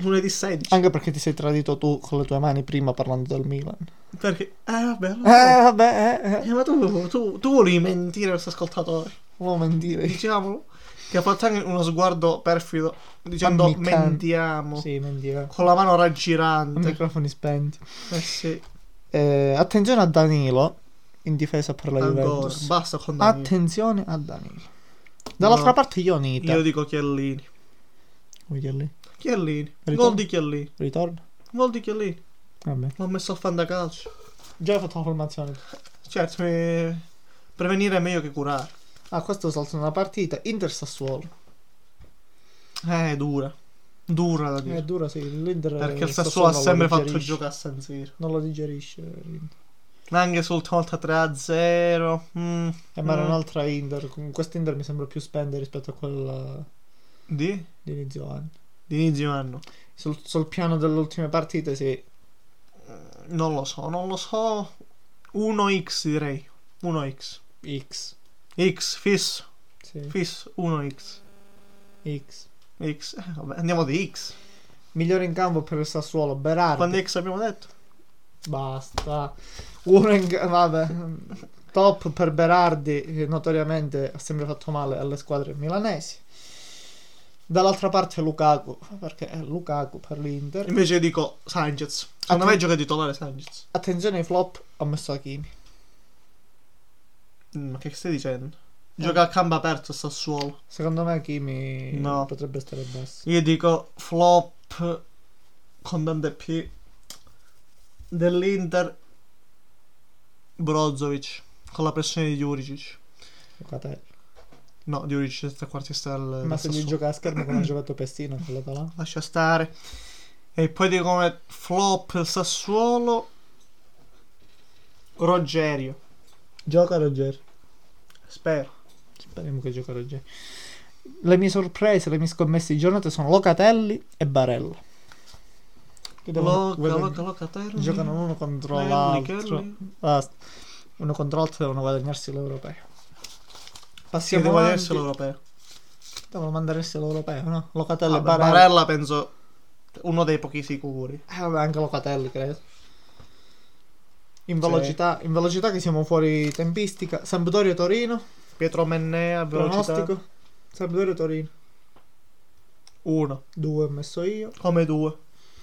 Speaker 2: Lunedì 16.
Speaker 1: Anche perché ti sei tradito tu con le tue mani prima parlando del Milan.
Speaker 2: Perché? Eh, vabbè.
Speaker 1: Eh,
Speaker 2: allora-
Speaker 1: vabbè, eh, eh.
Speaker 2: Eh, ma tu, tu, tu volevi mentire a questo ascoltatore.
Speaker 1: Vuoi Oh, mentire?
Speaker 2: Diciamolo. Diciamo Che ha fatto anche uno sguardo perfido. Dicendo
Speaker 1: Ammiccan-
Speaker 2: mentiamo.
Speaker 1: Sì, mentire.
Speaker 2: Con la mano
Speaker 1: Con
Speaker 2: raggirante.
Speaker 1: microfoni spenti.
Speaker 2: Eh sì.
Speaker 1: Eh, attenzione a Danilo in difesa per la
Speaker 2: Ancora,
Speaker 1: Juventus.
Speaker 2: basta con Danilo.
Speaker 1: Attenzione a Danilo. Dall'altra
Speaker 2: No.
Speaker 1: parte Ionita.
Speaker 2: Io dico Chiellini.
Speaker 1: Vuoi dire lì?
Speaker 2: Chiellini.
Speaker 1: Ritorno.
Speaker 2: Gol di Chiellini.
Speaker 1: Ritorno?
Speaker 2: Gol di Chiellini.
Speaker 1: Vabbè.
Speaker 2: L'ho messo al fantacalcio.
Speaker 1: Già hai fatto la formazione.
Speaker 2: Certo, eh, prevenire è meglio che curare.
Speaker 1: Ah, questo salta una partita. Inter Sassuolo.
Speaker 2: Eh, è dura. Dura da dire.
Speaker 1: È dura, sì. L'Inter
Speaker 2: perché il
Speaker 1: sta
Speaker 2: Sassuolo ha
Speaker 1: solo
Speaker 2: sempre
Speaker 1: lo
Speaker 2: fatto
Speaker 1: digerisce.
Speaker 2: giocare a San Siro.
Speaker 1: Non lo digerisce. l'Inter.
Speaker 2: Ma anche sull'ultima volta 3-0. Mm.
Speaker 1: Eh, ma era
Speaker 2: Mm.
Speaker 1: un'altra Inter. Con- Questa Inter mi sembra più spendere rispetto a quella
Speaker 2: Di?
Speaker 1: di inizio anno.
Speaker 2: Di inizio anno.
Speaker 1: Sul, sul piano delle ultime partite, sì.
Speaker 2: Non lo so, non lo so. 1x direi. 1x.
Speaker 1: X.
Speaker 2: X fisso.
Speaker 1: Sì.
Speaker 2: Fisso. 1x.
Speaker 1: X.
Speaker 2: X. Eh, vabbè, andiamo di X.
Speaker 1: Migliore in campo per il Sassuolo, Berardi.
Speaker 2: Quanti X abbiamo detto?
Speaker 1: Basta. Uno in... vabbè. Top per Berardi, che notoriamente ha sempre fatto male alle squadre milanesi. Dall'altra parte Lukaku, perché è Lukaku per l'Inter.
Speaker 2: Invece io dico Sanchez. Secondo
Speaker 1: Ah,
Speaker 2: me
Speaker 1: tu-
Speaker 2: gioca titolare Sanchez.
Speaker 1: Attenzione ai flop, ho messo Hakimi.
Speaker 2: Mm, Ma che stai dicendo?
Speaker 1: Eh.
Speaker 2: Gioca a campo aperto a Sassuolo.
Speaker 1: Secondo me Hakimi
Speaker 2: No.
Speaker 1: potrebbe stare basso.
Speaker 2: Io dico flop con tante P dell'Inter Brozovic con la pressione di Juricic.
Speaker 1: Locatelli.
Speaker 2: No, Juricic è trequartista del
Speaker 1: Ma
Speaker 2: del
Speaker 1: se gli
Speaker 2: Sassuolo.
Speaker 1: gioca a schermo come ha giocato Pestino con l'Atalanta.
Speaker 2: lascia stare. E poi dico come flop il Sassuolo Rogerio.
Speaker 1: Gioca Roger.
Speaker 2: Spero.
Speaker 1: Speriamo che gioca Roger. Le mie sorprese, le mie scommesse di giornata sono Locatelli e Barella. Che devono-
Speaker 2: Loca,
Speaker 1: guadagn-
Speaker 2: loca, loca, terra.
Speaker 1: Mm-hmm. Giocano uno contro
Speaker 2: Kelly,
Speaker 1: l'altro.
Speaker 2: Kelly.
Speaker 1: Basta. Uno contro l'altro devono guadagnarsi l'europeo.
Speaker 2: Che
Speaker 1: Passiamo
Speaker 2: devo
Speaker 1: avanti.
Speaker 2: essere l'europeo.
Speaker 1: Devono mandarsi l'europeo, no? Locatelli e
Speaker 2: Vabbè,
Speaker 1: Barella.
Speaker 2: Barella penso uno dei pochi sicuri.
Speaker 1: Eh, vabbè, anche Locatelli, credo. In velocità, in velocità che siamo fuori tempistica. Sampdoria Torino,
Speaker 2: Pietro Mennea, velocità
Speaker 1: pronostico. Sampdoria Torino.
Speaker 2: 1.
Speaker 1: Due ho messo io.
Speaker 2: Come 2.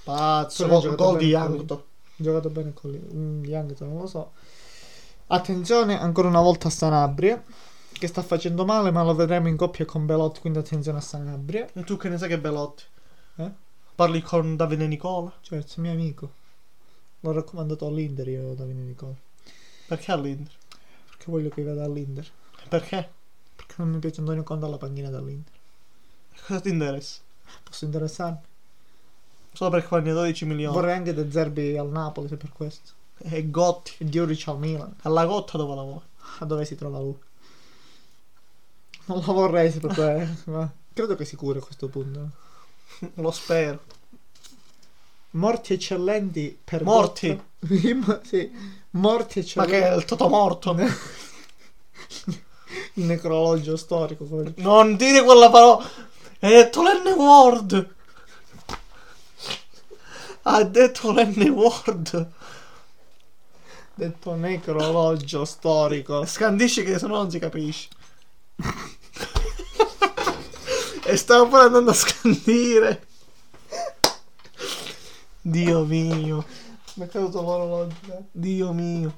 Speaker 2: Pazzo,
Speaker 1: Però ha
Speaker 2: gol,
Speaker 1: giocato
Speaker 2: gol
Speaker 1: bene
Speaker 2: di
Speaker 1: con
Speaker 2: Yankton.
Speaker 1: Ho giocato bene con gli- mm, gli Angto, non lo so. Attenzione ancora una volta a Sanabria, che sta facendo male, ma lo vedremo in coppia con Belotti, quindi attenzione a Sanabria.
Speaker 2: E tu che ne sai che Belotti?
Speaker 1: Eh?
Speaker 2: Parli con Davide Nicola?
Speaker 1: Certo, mio amico. L'ho raccomandato all'Inter io, Davide Nicola.
Speaker 2: Perché all'Inter?
Speaker 1: Perché voglio che vada all'Inter.
Speaker 2: Perché?
Speaker 1: Perché non mi piace Antonio Conte alla panchina dall'Inter.
Speaker 2: Cosa ti interessa?
Speaker 1: Posso interessarmi?
Speaker 2: Solo perché guadagna 12 milioni.
Speaker 1: Vorrei anche De Zerbi al Napoli, se per questo. Cioè,
Speaker 2: E Gotti.
Speaker 1: E Dioric al Milan.
Speaker 2: Alla cotta dove lavora?
Speaker 1: A dove si trova lui? Non lo vorrei se per questo, ma credo che si cura a questo punto.
Speaker 2: Lo spero.
Speaker 1: Morti eccellenti per
Speaker 2: Morti?
Speaker 1: Gotta. Mo- sì. Morti
Speaker 2: Ma che è
Speaker 1: eccellenti.
Speaker 2: il toto morto?
Speaker 1: Il necrologio storico. come-
Speaker 2: Non dire quella parola. Hai detto l'N word. Ha detto l'N word.
Speaker 1: Detto necrologio storico.
Speaker 2: Scandisci che sennò non si capisce. e stavo pure andando a scandire. Dio mio,
Speaker 1: Mi è caduto l'orologio.
Speaker 2: Dio mio.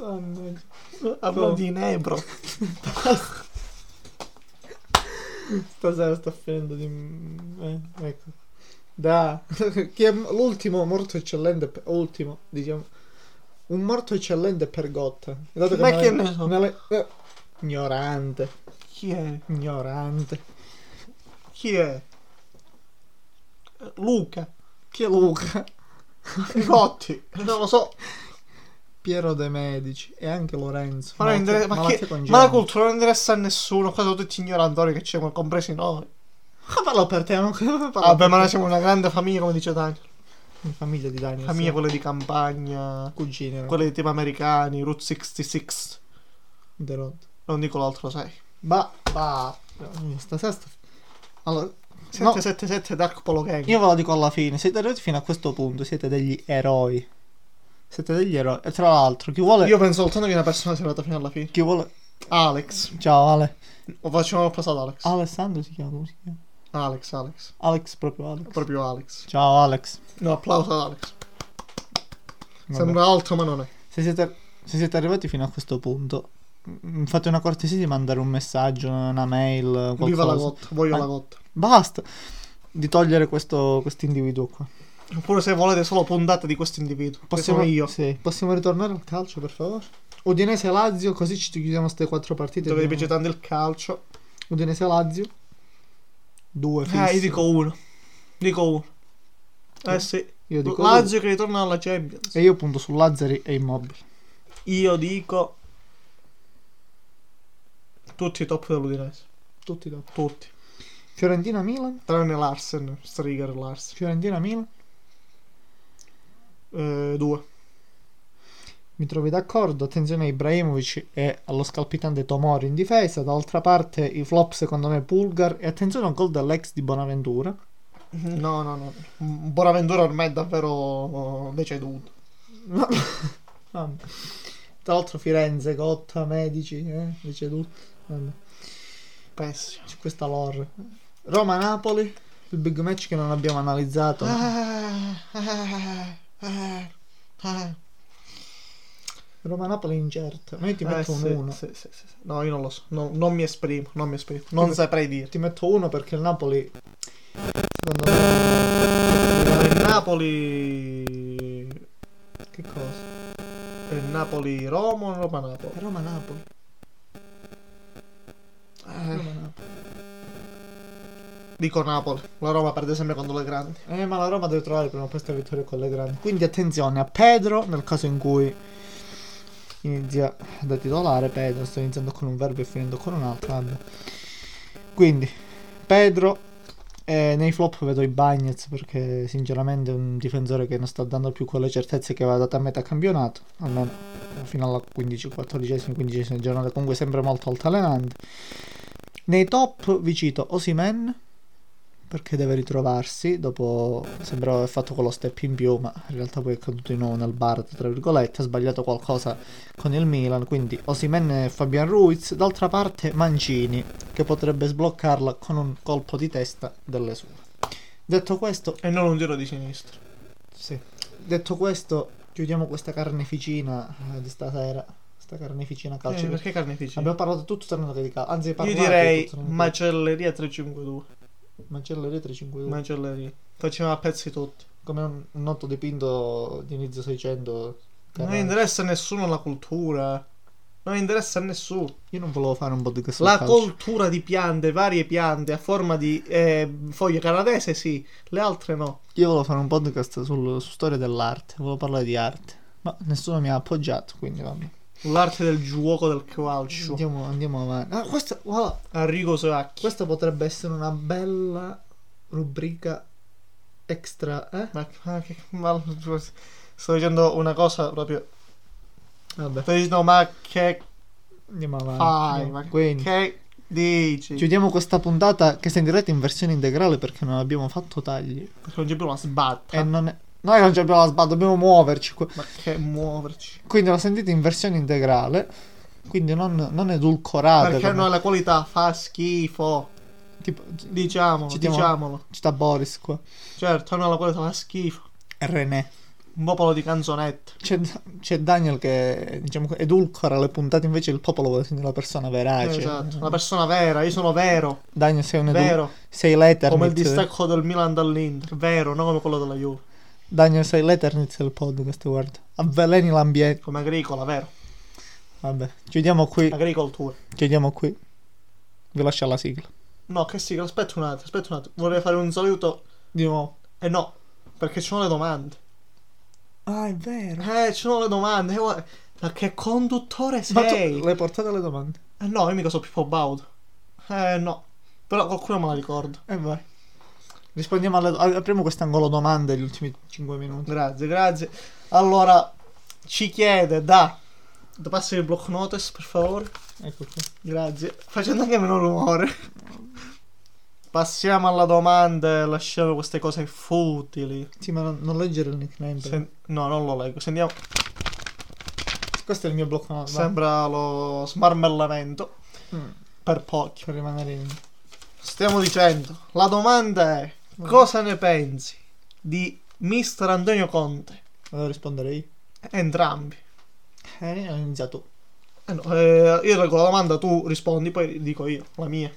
Speaker 1: Mannaggia. Ah, Oh.
Speaker 2: Parlo di Nebro.
Speaker 1: Stasera sto finendo di... eh, ecco. Da. Chi è m- l'ultimo morto eccellente? per- Ultimo, diciamo. Un morto eccellente per Gotta. Dato
Speaker 2: Ma
Speaker 1: me
Speaker 2: che ne so?
Speaker 1: me le- eh, Ignorante.
Speaker 2: Chi è?
Speaker 1: Ignorante.
Speaker 2: Chi è? Luca.
Speaker 1: Chi è Luca?
Speaker 2: Gotti. Non lo so.
Speaker 1: Piero De Medici e anche Lorenzo.
Speaker 2: Ma, non
Speaker 1: Malattie-
Speaker 2: interessa- ma,
Speaker 1: malattie
Speaker 2: chi-
Speaker 1: congenite.
Speaker 2: ma la cultura non interessa a nessuno, qua sono tutti ignorantori che c'è, ma compresi noi.
Speaker 1: Ah, parlo per te, non parlo
Speaker 2: Vabbè,
Speaker 1: per
Speaker 2: ma
Speaker 1: te.
Speaker 2: noi siamo una grande famiglia, come dice Daniel.
Speaker 1: Eh, In famiglia di Daniel.
Speaker 2: Famiglia, quelle di campagna,
Speaker 1: cugina.
Speaker 2: quelle di tema americani, Route 66. Non dico l'altro, sai.
Speaker 1: Ba, ba. eh, Stasera sto... Allora,
Speaker 2: 777 Dark Polo Gang.
Speaker 1: io ve lo dico alla fine. Siete arrivati fino a questo punto, siete degli eroi. Siete degli eroi. E tra l'altro, chi vuole...
Speaker 2: Io penso soltanto che una persona sia arrivata fino alla fine.
Speaker 1: Chi vuole...
Speaker 2: Alex.
Speaker 1: Ciao Ale.
Speaker 2: O facciamo una presa ad Alex.
Speaker 1: Alessandro si chiama, come si chiama?
Speaker 2: Alex, Alex.
Speaker 1: Alex, proprio Alex.
Speaker 2: Proprio Alex.
Speaker 1: Ciao Alex.
Speaker 2: No, applauso ad Alex.
Speaker 1: Vabbè.
Speaker 2: Sembra alto, ma non è.
Speaker 1: Se siete, se siete arrivati fino a questo punto, m- fate una cortesia di mandare un messaggio, una mail, qualcosa.
Speaker 2: Viva la cotta, voglio
Speaker 1: Ma-
Speaker 2: la cotta.
Speaker 1: Basta. Di togliere questo individuo qua.
Speaker 2: Oppure se volete solo puntate di questo individuo. Possiamo
Speaker 1: Possiamo,
Speaker 2: io.
Speaker 1: sì, possiamo ritornare al calcio, per favore? Udinese Lazio, così ci chiudiamo queste quattro partite.
Speaker 2: Dove vi
Speaker 1: Abbiamo-
Speaker 2: piace tanto il calcio.
Speaker 1: Udinese Lazio. Due fissi.
Speaker 2: Eh, io dico uno. Dico uno. Eh
Speaker 1: Eh,
Speaker 2: sì.
Speaker 1: Io dico Eh.
Speaker 2: Lazio che ritorna alla Champions.
Speaker 1: due. E io punto su Lazzari e Immobile.
Speaker 2: Io dico... Tutti i top dell'Udinese.
Speaker 1: Tutti dopo.
Speaker 2: Tutti.
Speaker 1: Fiorentina-Milan.
Speaker 2: Tranne Larsen. Striger Larsen.
Speaker 1: Fiorentina-Milan.
Speaker 2: Eh, due.
Speaker 1: Mi trovi d'accordo, attenzione a Ibrahimovic e allo scalpitante Tomori in difesa, d'altra parte i flop secondo me Pulgar e attenzione al gol dell'ex di Bonaventura.
Speaker 2: No, no, no. M- Bonaventura ormai è davvero deceduto.
Speaker 1: Vabbè. Tra l'altro Firenze, Cotta, Medici, eh, dice tutto. Vabbè.
Speaker 2: Pessimo.
Speaker 1: C'è questa lore. Roma-Napoli, il big match che non abbiamo analizzato.
Speaker 2: Ah, ah, ah, ah.
Speaker 1: Roma-Napoli incerto, ma io ti
Speaker 2: Eh,
Speaker 1: metto un
Speaker 2: sì,
Speaker 1: 1.
Speaker 2: sì, sì, sì, sì. No, io non lo so. No, non mi esprimo, non mi esprimo. Non saprei dirti.
Speaker 1: Ti metto uno perché il Napoli, secondo me,
Speaker 2: Il Napoli.
Speaker 1: che cosa?
Speaker 2: il Napoli Roma o Roma Napoli?
Speaker 1: Roma-Napoli,
Speaker 2: Eh.
Speaker 1: Roma-Napoli.
Speaker 2: Dico Napoli. La Roma perde sempre contro le grandi.
Speaker 1: Eh, ma la Roma deve trovare prima o poi questa vittoria con le grandi. Quindi attenzione a Pedro nel caso in cui inizia da titolare. Pedro, sto iniziando con un verbo e finendo con un altro. vabbè. Quindi, Pedro, eh, nei flop vedo i Bagnets perché sinceramente è un difensore che non sta dando più quelle certezze che aveva dato a metà campionato, almeno fino alla 15, 14, 15 giornata, comunque sempre molto altalenante. Nei top vi cito Osimen perché deve ritrovarsi dopo sembrava aver fatto quello step in più ma in realtà poi è caduto di nuovo nel bar tra virgolette ha sbagliato qualcosa con il Milan quindi Osimen e Fabian Ruiz d'altra parte Mancini che potrebbe sbloccarla con un colpo di testa delle sue detto questo
Speaker 2: E non un giro di sinistra.
Speaker 1: sì. detto questo chiudiamo questa carneficina eh, di stasera sta carneficina calcio
Speaker 2: Eh, perché carnefici?
Speaker 1: abbiamo parlato tutto tranne che di calcio anzi
Speaker 2: Io
Speaker 1: parlato
Speaker 2: direi
Speaker 1: tutto tranne che-
Speaker 2: macelleria 352.
Speaker 1: Macelleria 352
Speaker 2: Macelleria. Facciamo a pezzi tutti.
Speaker 1: come un noto dipinto di inizio 600
Speaker 2: Non interessa a nessuno la cultura. Non interessa a nessuno.
Speaker 1: io non volevo fare un podcast sul
Speaker 2: La
Speaker 1: calcio.
Speaker 2: coltura di piante, varie piante a forma di eh, foglie canadese, sì, le altre no.
Speaker 1: io volevo fare un podcast sul- su storia dell'arte volevo parlare di arte ma nessuno mi ha appoggiato quindi vabbè
Speaker 2: L'arte del gioco del calcio.
Speaker 1: andiamo, andiamo avanti ah, questa, voilà,
Speaker 2: Arrigo Soacchi.
Speaker 1: questa potrebbe essere una bella rubrica extra eh?
Speaker 2: Ma, ma che ma- Sto dicendo una cosa proprio.
Speaker 1: vabbè
Speaker 2: Sto dicendo, ma che
Speaker 1: andiamo avanti
Speaker 2: fai?
Speaker 1: Andiamo-
Speaker 2: Ma
Speaker 1: quindi
Speaker 2: che dici?
Speaker 1: chiudiamo questa puntata che sentirete in versione integrale perché non abbiamo fatto tagli
Speaker 2: Perché non c'è più una sbatta.
Speaker 1: e non è... noi non ci abbiamo la sbada dobbiamo muoverci que-
Speaker 2: Ma che muoverci.
Speaker 1: Quindi la sentite in versione integrale. Quindi non, non edulcorate.
Speaker 2: Perché
Speaker 1: come-
Speaker 2: no, la qualità fa schifo.
Speaker 1: tipo,
Speaker 2: Diciamolo,
Speaker 1: Ci diamo-
Speaker 2: diciamolo.
Speaker 1: ci sta Boris qua.
Speaker 2: Certo, no, la qualità fa schifo.
Speaker 1: René.
Speaker 2: Un popolo di canzonette.
Speaker 1: C'è, c'è Daniel che diciamo che edulcora le puntate, invece il popolo vuole sentire la persona verace.
Speaker 2: esatto, una persona vera, io sono vero,
Speaker 1: Daniel sei un edu-
Speaker 2: vero,
Speaker 1: sei l'Eternit.
Speaker 2: come il distacco del Milan dall'Inter, vero, non come quello della Juve,
Speaker 1: Daniel sei l'Eternit del podcast, guarda. Avveleni l'ambiente.
Speaker 2: come agricola, vero,
Speaker 1: Vabbè, chiudiamo qui,
Speaker 2: agricoltura.
Speaker 1: chiudiamo qui. Vi lascio alla sigla.
Speaker 2: No, che sigla, aspetta un attimo, aspetta un attimo, vorrei fare un saluto
Speaker 1: Di nuovo.
Speaker 2: e no, perché ci sono le domande.
Speaker 1: Ah, è vero.
Speaker 2: Eh, ci sono le domande, eh, guarda, ma che conduttore
Speaker 1: Ma tu
Speaker 2: sei?
Speaker 1: l'hai portata le domande?
Speaker 2: Eh no, io mica so Pippo Baudo. Eh no, però qualcuno me la ricorda.
Speaker 1: E Eh, vai. Rispondiamo alle a- apriamo quest'angolo domande degli ultimi 5 minuti.
Speaker 2: Grazie, grazie. Allora, ci chiede da... Passi il block notice, per favore.
Speaker 1: Ecco qua.
Speaker 2: Grazie. Facendo anche meno rumore. Passiamo alla domanda e lasciamo queste cose futili.
Speaker 1: Sì, ma non, non leggere il nickname. perché-
Speaker 2: Sen- no, non lo leggo. Sentiamo.
Speaker 1: Questo è il mio blocco note. va,
Speaker 2: Sembra lo smarmellamento
Speaker 1: Mm.
Speaker 2: per pochi.
Speaker 1: Per rimanere in...
Speaker 2: Stiamo dicendo. La domanda è: cosa ne pensi di Mister Antonio Conte?
Speaker 1: Devo rispondere io.
Speaker 2: Entrambi.
Speaker 1: Eh, ho iniziato.
Speaker 2: Eh no, eh, io leggo la domanda, tu rispondi, poi dico io la mia.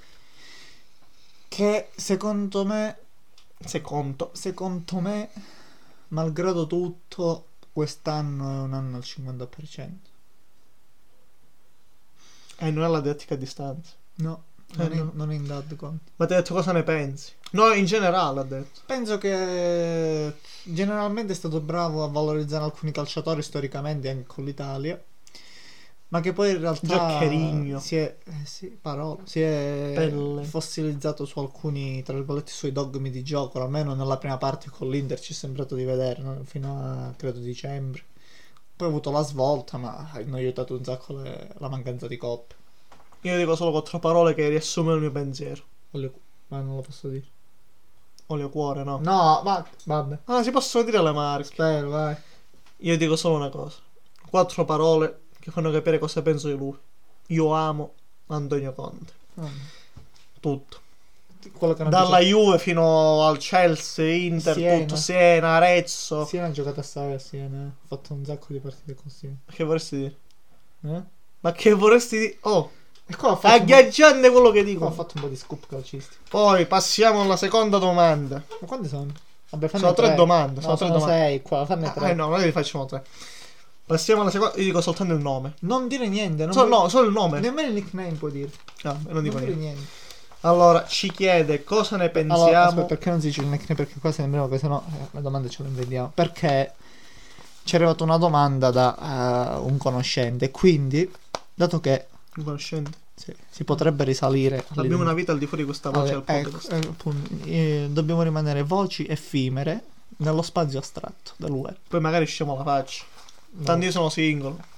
Speaker 1: Che secondo me,
Speaker 2: Se conto.
Speaker 1: secondo me, malgrado tutto, quest'anno è un anno al 50%.
Speaker 2: E non è la didattica a distanza.
Speaker 1: No, non,
Speaker 2: Eh,
Speaker 1: è,
Speaker 2: no.
Speaker 1: non è in dad Conte.
Speaker 2: Ma ti ha detto cosa ne pensi? No, in generale ha detto.
Speaker 1: Penso che eh, generalmente è stato bravo a valorizzare alcuni calciatori storicamente anche con l'Italia. Ma che poi in realtà
Speaker 2: Giaccherino.
Speaker 1: si è, eh sì, parola, si è
Speaker 2: Pelle.
Speaker 1: fossilizzato su alcuni, tra virgolette, sui dogmi di gioco, almeno nella prima parte con l'Inter ci è sembrato di vedere, no? fino a credo dicembre. Poi ha avuto la svolta, ma hanno aiutato un sacco le- la mancanza di coppe.
Speaker 2: Io dico solo quattro parole che riassumono il mio pensiero.
Speaker 1: Voglio- Ma non lo posso dire.
Speaker 2: Olio cuore, no?
Speaker 1: No, ma vabbè,
Speaker 2: Ah, si possono dire le marche.
Speaker 1: spero, vai.
Speaker 2: Io dico solo una cosa. Quattro parole che fanno capire cosa penso di lui. Io amo Antonio Conte.
Speaker 1: Ah.
Speaker 2: Tutto.
Speaker 1: Quello che non
Speaker 2: Dalla
Speaker 1: piace-
Speaker 2: Juve fino al Chelsea, Inter,
Speaker 1: Siena.
Speaker 2: tutto, Siena, Arezzo.
Speaker 1: Siena ha giocato a Sara, Siena, ha fatto un sacco di partite con Siena.
Speaker 2: Che vorresti dire?
Speaker 1: Eh? Ah,
Speaker 2: Ma che vorresti dire? Oh,
Speaker 1: E qua ho
Speaker 2: è
Speaker 1: fatto, un, po',
Speaker 2: agghiacciante quello che
Speaker 1: qua ho
Speaker 2: dico.
Speaker 1: fatto un po' di scoop calcisti.
Speaker 2: Poi passiamo alla seconda domanda.
Speaker 1: Ma quanti sono? Vabbè, fanno
Speaker 2: Sono tre domande,
Speaker 1: Sono,
Speaker 2: sono tre
Speaker 1: sono
Speaker 2: domande.
Speaker 1: sei qua, fanno tre.
Speaker 2: Ah, eh no, noi ne facciamo tre. Passiamo alla seconda. Io dico soltanto il nome.
Speaker 1: Non dire niente, non
Speaker 2: Solo-
Speaker 1: puoi-
Speaker 2: no, solo il nome.
Speaker 1: nemmeno il nickname puoi dire.
Speaker 2: No, non dico
Speaker 1: non dire
Speaker 2: niente.
Speaker 1: niente.
Speaker 2: Allora, ci chiede cosa ne pensiamo.
Speaker 1: Allora, aspetta, perché non si dice il nickname? Perché qua sembrava che sennò eh, le domande ce le inventiamo. Perché ci è arrivata una domanda da eh, un conoscente, quindi, dato che
Speaker 2: Un conoscente.
Speaker 1: sì, si potrebbe risalire
Speaker 2: Abbiamo una vita al di fuori di questa voce
Speaker 1: Vabbè,
Speaker 2: al podcast.
Speaker 1: ecco, eh, appunto, eh, dobbiamo rimanere voci effimere nello spazio astratto del web.
Speaker 2: Poi magari usciamo la faccia.
Speaker 1: No.
Speaker 2: Tanto io sono single.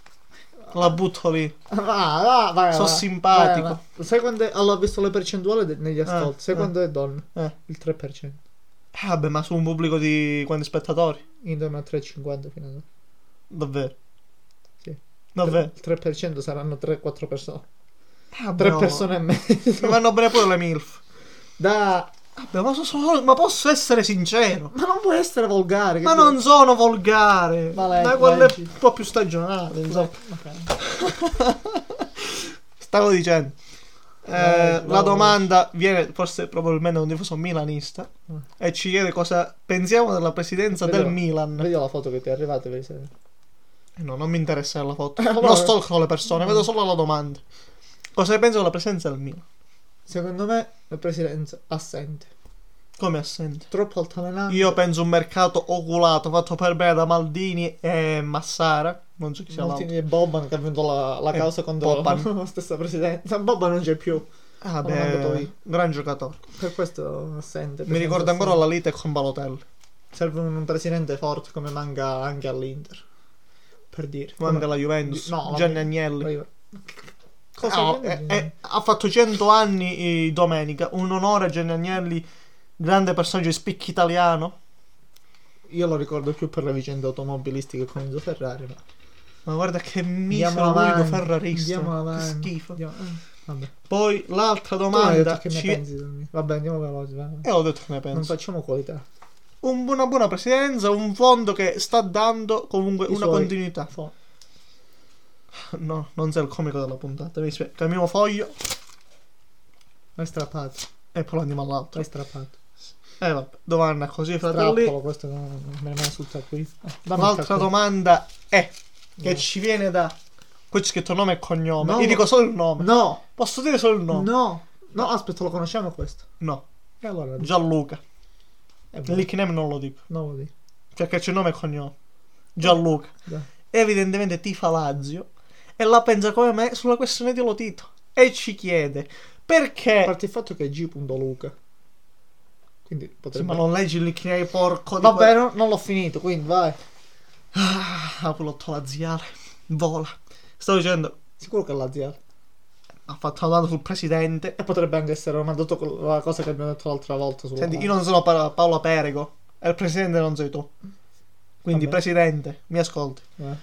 Speaker 2: La butto lì.
Speaker 1: Va, va, vai,
Speaker 2: Sono
Speaker 1: va.
Speaker 2: simpatico.
Speaker 1: Vai, va. Sai quando è- allora, ho visto le percentuali de- negli ascolti. Sai
Speaker 2: eh.
Speaker 1: quando è donna?
Speaker 2: Eh.
Speaker 1: Il 3%.
Speaker 2: Eh, vabbè, ma su un pubblico di quanti spettatori?
Speaker 1: Intorno a 3,50 fino ad
Speaker 2: Davvero?
Speaker 1: Sì.
Speaker 2: Davvero?
Speaker 1: Il 3% saranno 3-4 persone.
Speaker 2: Ah,
Speaker 1: 3
Speaker 2: bro.
Speaker 1: persone e
Speaker 2: Mi
Speaker 1: mezzo.
Speaker 2: vanno bene pure le MILF.
Speaker 1: Da...
Speaker 2: Vabbè, ma, so- so- ma posso essere sincero?
Speaker 1: Ma non puoi essere volgare.
Speaker 2: Ma
Speaker 1: che
Speaker 2: non sono volgare.
Speaker 1: Ma lei-
Speaker 2: da quelle
Speaker 1: leggi.
Speaker 2: un po' più stagionate,
Speaker 1: tu-
Speaker 2: insomma.
Speaker 1: Ok.
Speaker 2: Stavo dicendo. Eh,
Speaker 1: Vai,
Speaker 2: la
Speaker 1: vai.
Speaker 2: domanda viene forse probabilmente da un tifoso milanista
Speaker 1: Mm.
Speaker 2: e ci chiede cosa pensiamo della presidenza del
Speaker 1: Vediamo.
Speaker 2: Milan.
Speaker 1: Vedi la foto che ti è arrivata. vedi se-
Speaker 2: Eh No, non mi interessa la foto.
Speaker 1: allora-
Speaker 2: Non stalco le persone, vedo solo la domanda. Cosa ne penso della presenza del Milan?
Speaker 1: Secondo me la presidenza assente.
Speaker 2: Come assente?
Speaker 1: Troppo altalenante.
Speaker 2: Io penso un mercato oculato fatto per bene da Maldini e Massara. Non so chi sia l'altro.
Speaker 1: Moltini e Bobban che ha vinto la, la
Speaker 2: E
Speaker 1: causa contro
Speaker 2: Bobban.
Speaker 1: la stessa presidenza. Bobban non c'è più,
Speaker 2: Ah,
Speaker 1: Sono andato
Speaker 2: beh,
Speaker 1: io.
Speaker 2: gran giocatore.
Speaker 1: per questo assente.
Speaker 2: Mi ricordo ancora la lite con Balotelli.
Speaker 1: Serve un un presidente forte come manca anche all'Inter. Per dire.
Speaker 2: Manca
Speaker 1: Come-
Speaker 2: la Juventus.
Speaker 1: No, la-
Speaker 2: Gianni Agnelli.
Speaker 1: Poi- Cosa
Speaker 2: No, eh, eh, ha fatto 100 anni eh, domenica, un onore a Gianni Agnelli, grande personaggio di spicchi italiano.
Speaker 1: Io lo ricordo più per le vicende automobilistiche con Enzo Ferrari. Ma...
Speaker 2: Ma guarda che
Speaker 1: Andiamo
Speaker 2: misero unico
Speaker 1: avanti.
Speaker 2: ferrarista.
Speaker 1: Andiamo
Speaker 2: Che
Speaker 1: avanti.
Speaker 2: schifo.
Speaker 1: Andiamo... eh, Vabbè.
Speaker 2: Poi l'altra
Speaker 1: Tu non hai
Speaker 2: domanda...
Speaker 1: detto che ne
Speaker 2: ci-
Speaker 1: pensi del mio- Vabbè, andiamo veloci. vai, vai.
Speaker 2: Eh, ho detto che ne
Speaker 1: Non
Speaker 2: penso.
Speaker 1: facciamo qualità.
Speaker 2: Un- una buona presidenza, un fondo che sta dando comunque
Speaker 1: I
Speaker 2: una
Speaker 1: suoi.
Speaker 2: continuità.
Speaker 1: Fo-
Speaker 2: No, non sei il comico della puntata. Mi dispiace. Cambiamo foglio
Speaker 1: L'hai strappato.
Speaker 2: e poi andiamo all'altro.
Speaker 1: L'hai strappato.
Speaker 2: Eh, vabbè. Domanda così, fratelli.
Speaker 1: Trappolo, questo non non me ne insulta qui. Eh, dammi il
Speaker 2: L'altra
Speaker 1: calcolo.
Speaker 2: domanda è che
Speaker 1: No.
Speaker 2: ci viene da qui c'è scritto nome e cognome.
Speaker 1: No.
Speaker 2: Io dico solo il nome.
Speaker 1: No,
Speaker 2: Posso dire solo il
Speaker 1: no,
Speaker 2: nome?
Speaker 1: no, aspetta, lo conosciamo questo.
Speaker 2: No.
Speaker 1: E allora,
Speaker 2: Gianluca.
Speaker 1: è
Speaker 2: Il
Speaker 1: buono.
Speaker 2: nickname non lo dico.
Speaker 1: non lo dico.
Speaker 2: Perché c'è nome e cognome. Gianluca.
Speaker 1: Dai.
Speaker 2: Evidentemente tifa Lazio e la pensa come me sulla questione di Lotito e ci chiede
Speaker 1: A
Speaker 2: perché
Speaker 1: parte il fatto che è G.Luca. Quindi
Speaker 2: Sì,
Speaker 1: potrebbe...
Speaker 2: ma non leggi il nickname porco di
Speaker 1: Vabbè, no- non l'ho finito, quindi vai.
Speaker 2: quel- ah, pulotto laziale. Vola. Stavo dicendo
Speaker 1: Sicuro che è la zia.
Speaker 2: ha fatto una domanda sul presidente.
Speaker 1: E potrebbe anche essere mandato con la cosa che abbiamo detto l'altra volta. Sulla
Speaker 2: Senti, io non sono Pa- Paolo Perego e il presidente non sei tu. Quindi,
Speaker 1: Vabbè.
Speaker 2: presidente, mi ascolti.
Speaker 1: Eh.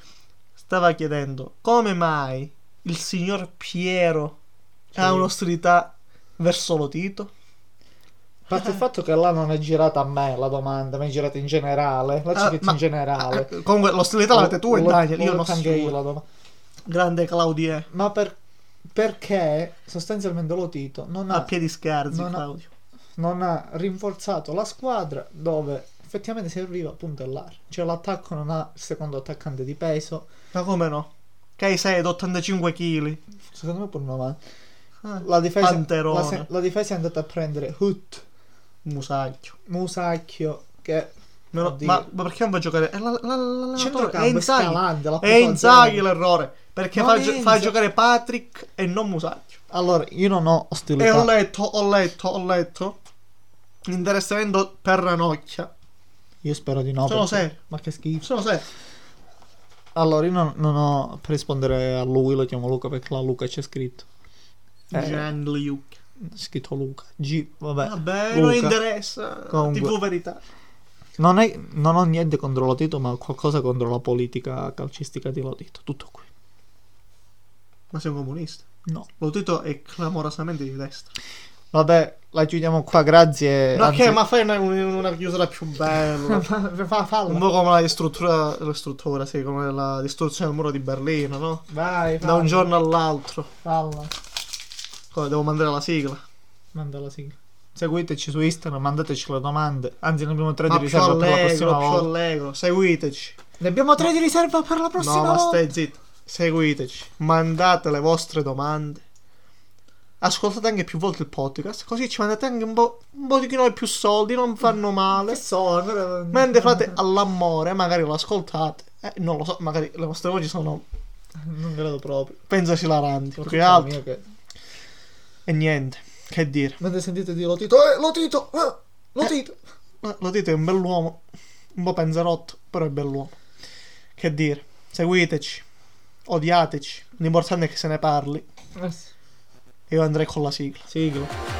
Speaker 2: Stava chiedendo come mai il signor Piero
Speaker 1: Sì.
Speaker 2: ha un'ostilità verso Lotito?
Speaker 1: A parte il fatto che là non è girata a me la domanda, ma è girata in generale. La
Speaker 2: Ah,
Speaker 1: ci metti
Speaker 2: ma-
Speaker 1: in generale.
Speaker 2: Eh, Comunque,
Speaker 1: ah,
Speaker 2: l'ostilità l'avete tu e
Speaker 1: L'ho-
Speaker 2: Daniel. Io
Speaker 1: l'ho
Speaker 2: non
Speaker 1: letta anche io
Speaker 2: so.
Speaker 1: la domanda.
Speaker 2: Grande eh, Claudie.
Speaker 1: Ma per- perché sostanzialmente Lotito non
Speaker 2: A
Speaker 1: ha
Speaker 2: piedi scherzi,
Speaker 1: Non ha-
Speaker 2: Claudio.
Speaker 1: non ha rinforzato la squadra dove effettivamente serviva a puntellare. Cioè l'attacco non ha il secondo attaccante di peso,
Speaker 2: Ma come no? Caicedo, 85 kg.
Speaker 1: secondo me pure 90.
Speaker 2: Eh,
Speaker 1: La difesa,
Speaker 2: Panterone.
Speaker 1: la se- la difesa è andata a prendere Hut,
Speaker 2: Musacchio.
Speaker 1: Musacchio, che
Speaker 2: Me lo-
Speaker 1: Oddio.
Speaker 2: ma, ma perché non va a giocare? È, la, la, la, la-
Speaker 1: centrocampo
Speaker 2: è
Speaker 1: è
Speaker 2: Inzaghi.
Speaker 1: Scalante, l'ha
Speaker 2: È
Speaker 1: portato a
Speaker 2: Inzaghi
Speaker 1: zero.
Speaker 2: l'errore. Perché
Speaker 1: Non
Speaker 2: fa,
Speaker 1: è
Speaker 2: gio- fa
Speaker 1: Inzaghi.
Speaker 2: giocare Patrick e non Musacchio.
Speaker 1: Allora, io non ho
Speaker 2: E
Speaker 1: ostilità.
Speaker 2: ho letto, ho letto, ho letto. Interessamento per Ranocchia.
Speaker 1: Io spero di no.
Speaker 2: Sono
Speaker 1: perché-
Speaker 2: serio.
Speaker 1: Ma che schifo.
Speaker 2: Sono serio.
Speaker 1: Allora, io non, non ho per rispondere a lui, lo chiamo Luca perché la Luca c'è scritto. Eh.
Speaker 2: Gian Luke.
Speaker 1: C'è scritto Luca. G, vabbè.
Speaker 2: Vabbè,
Speaker 1: Luca.
Speaker 2: non interessa.
Speaker 1: Comunque.
Speaker 2: TV verità.
Speaker 1: Non, è- non ho niente contro Lotito, ma ho qualcosa contro la politica calcistica di Lotito. Tutto qui.
Speaker 2: Ma sei un comunista.
Speaker 1: No.
Speaker 2: Lotito è clamorosamente di destra.
Speaker 1: Vabbè, la chiudiamo qua, grazie.
Speaker 2: Ma
Speaker 1: Eh, anzi-
Speaker 2: che, ma fai una, un- una chiusura più bella.
Speaker 1: fa, fa- falla.
Speaker 2: Un po' come la distruttura, la struttura, sì, come la distruzione del muro di Berlino, no?
Speaker 1: Vai,
Speaker 2: Da un
Speaker 1: falla,
Speaker 2: giorno all'altro.
Speaker 1: falla.
Speaker 2: Come devo mandare la sigla?
Speaker 1: Manda la sigla. Seguiteci su Instagram, mandateci le domande. Anzi, ne abbiamo tre
Speaker 2: Ma
Speaker 1: di
Speaker 2: più
Speaker 1: riserva per la prossima
Speaker 2: allegro, più
Speaker 1: volta.
Speaker 2: allegro. Seguiteci.
Speaker 1: Ne abbiamo tre di riserva per la prossima
Speaker 2: No, ma
Speaker 1: volta.
Speaker 2: stai zitto. Seguiteci. Mandate le vostre domande. Ascoltate anche più volte il podcast, così ci mandate anche un po', un po' di noi più soldi, non fanno male.
Speaker 1: so, però...
Speaker 2: Mentre fate all'amore, magari lo ascoltate. Eh, non lo so, magari le vostre voci sono,
Speaker 1: Non credo proprio.
Speaker 2: penso, esilaranti. Più che
Speaker 1: Porca
Speaker 2: altro.
Speaker 1: mia, che-
Speaker 2: E niente, che dire.
Speaker 1: Mentre sentite di Lotito, eh, Lotito, eh, Lotito.
Speaker 2: Eh, Lo dite, è un bell'uomo, un po' panzerotto, però è bell'uomo. Che dire, seguiteci, odiateci, l'importante è che se ne parli.
Speaker 1: Eh sì.
Speaker 2: Io andrei con la sigla.
Speaker 1: Sigla.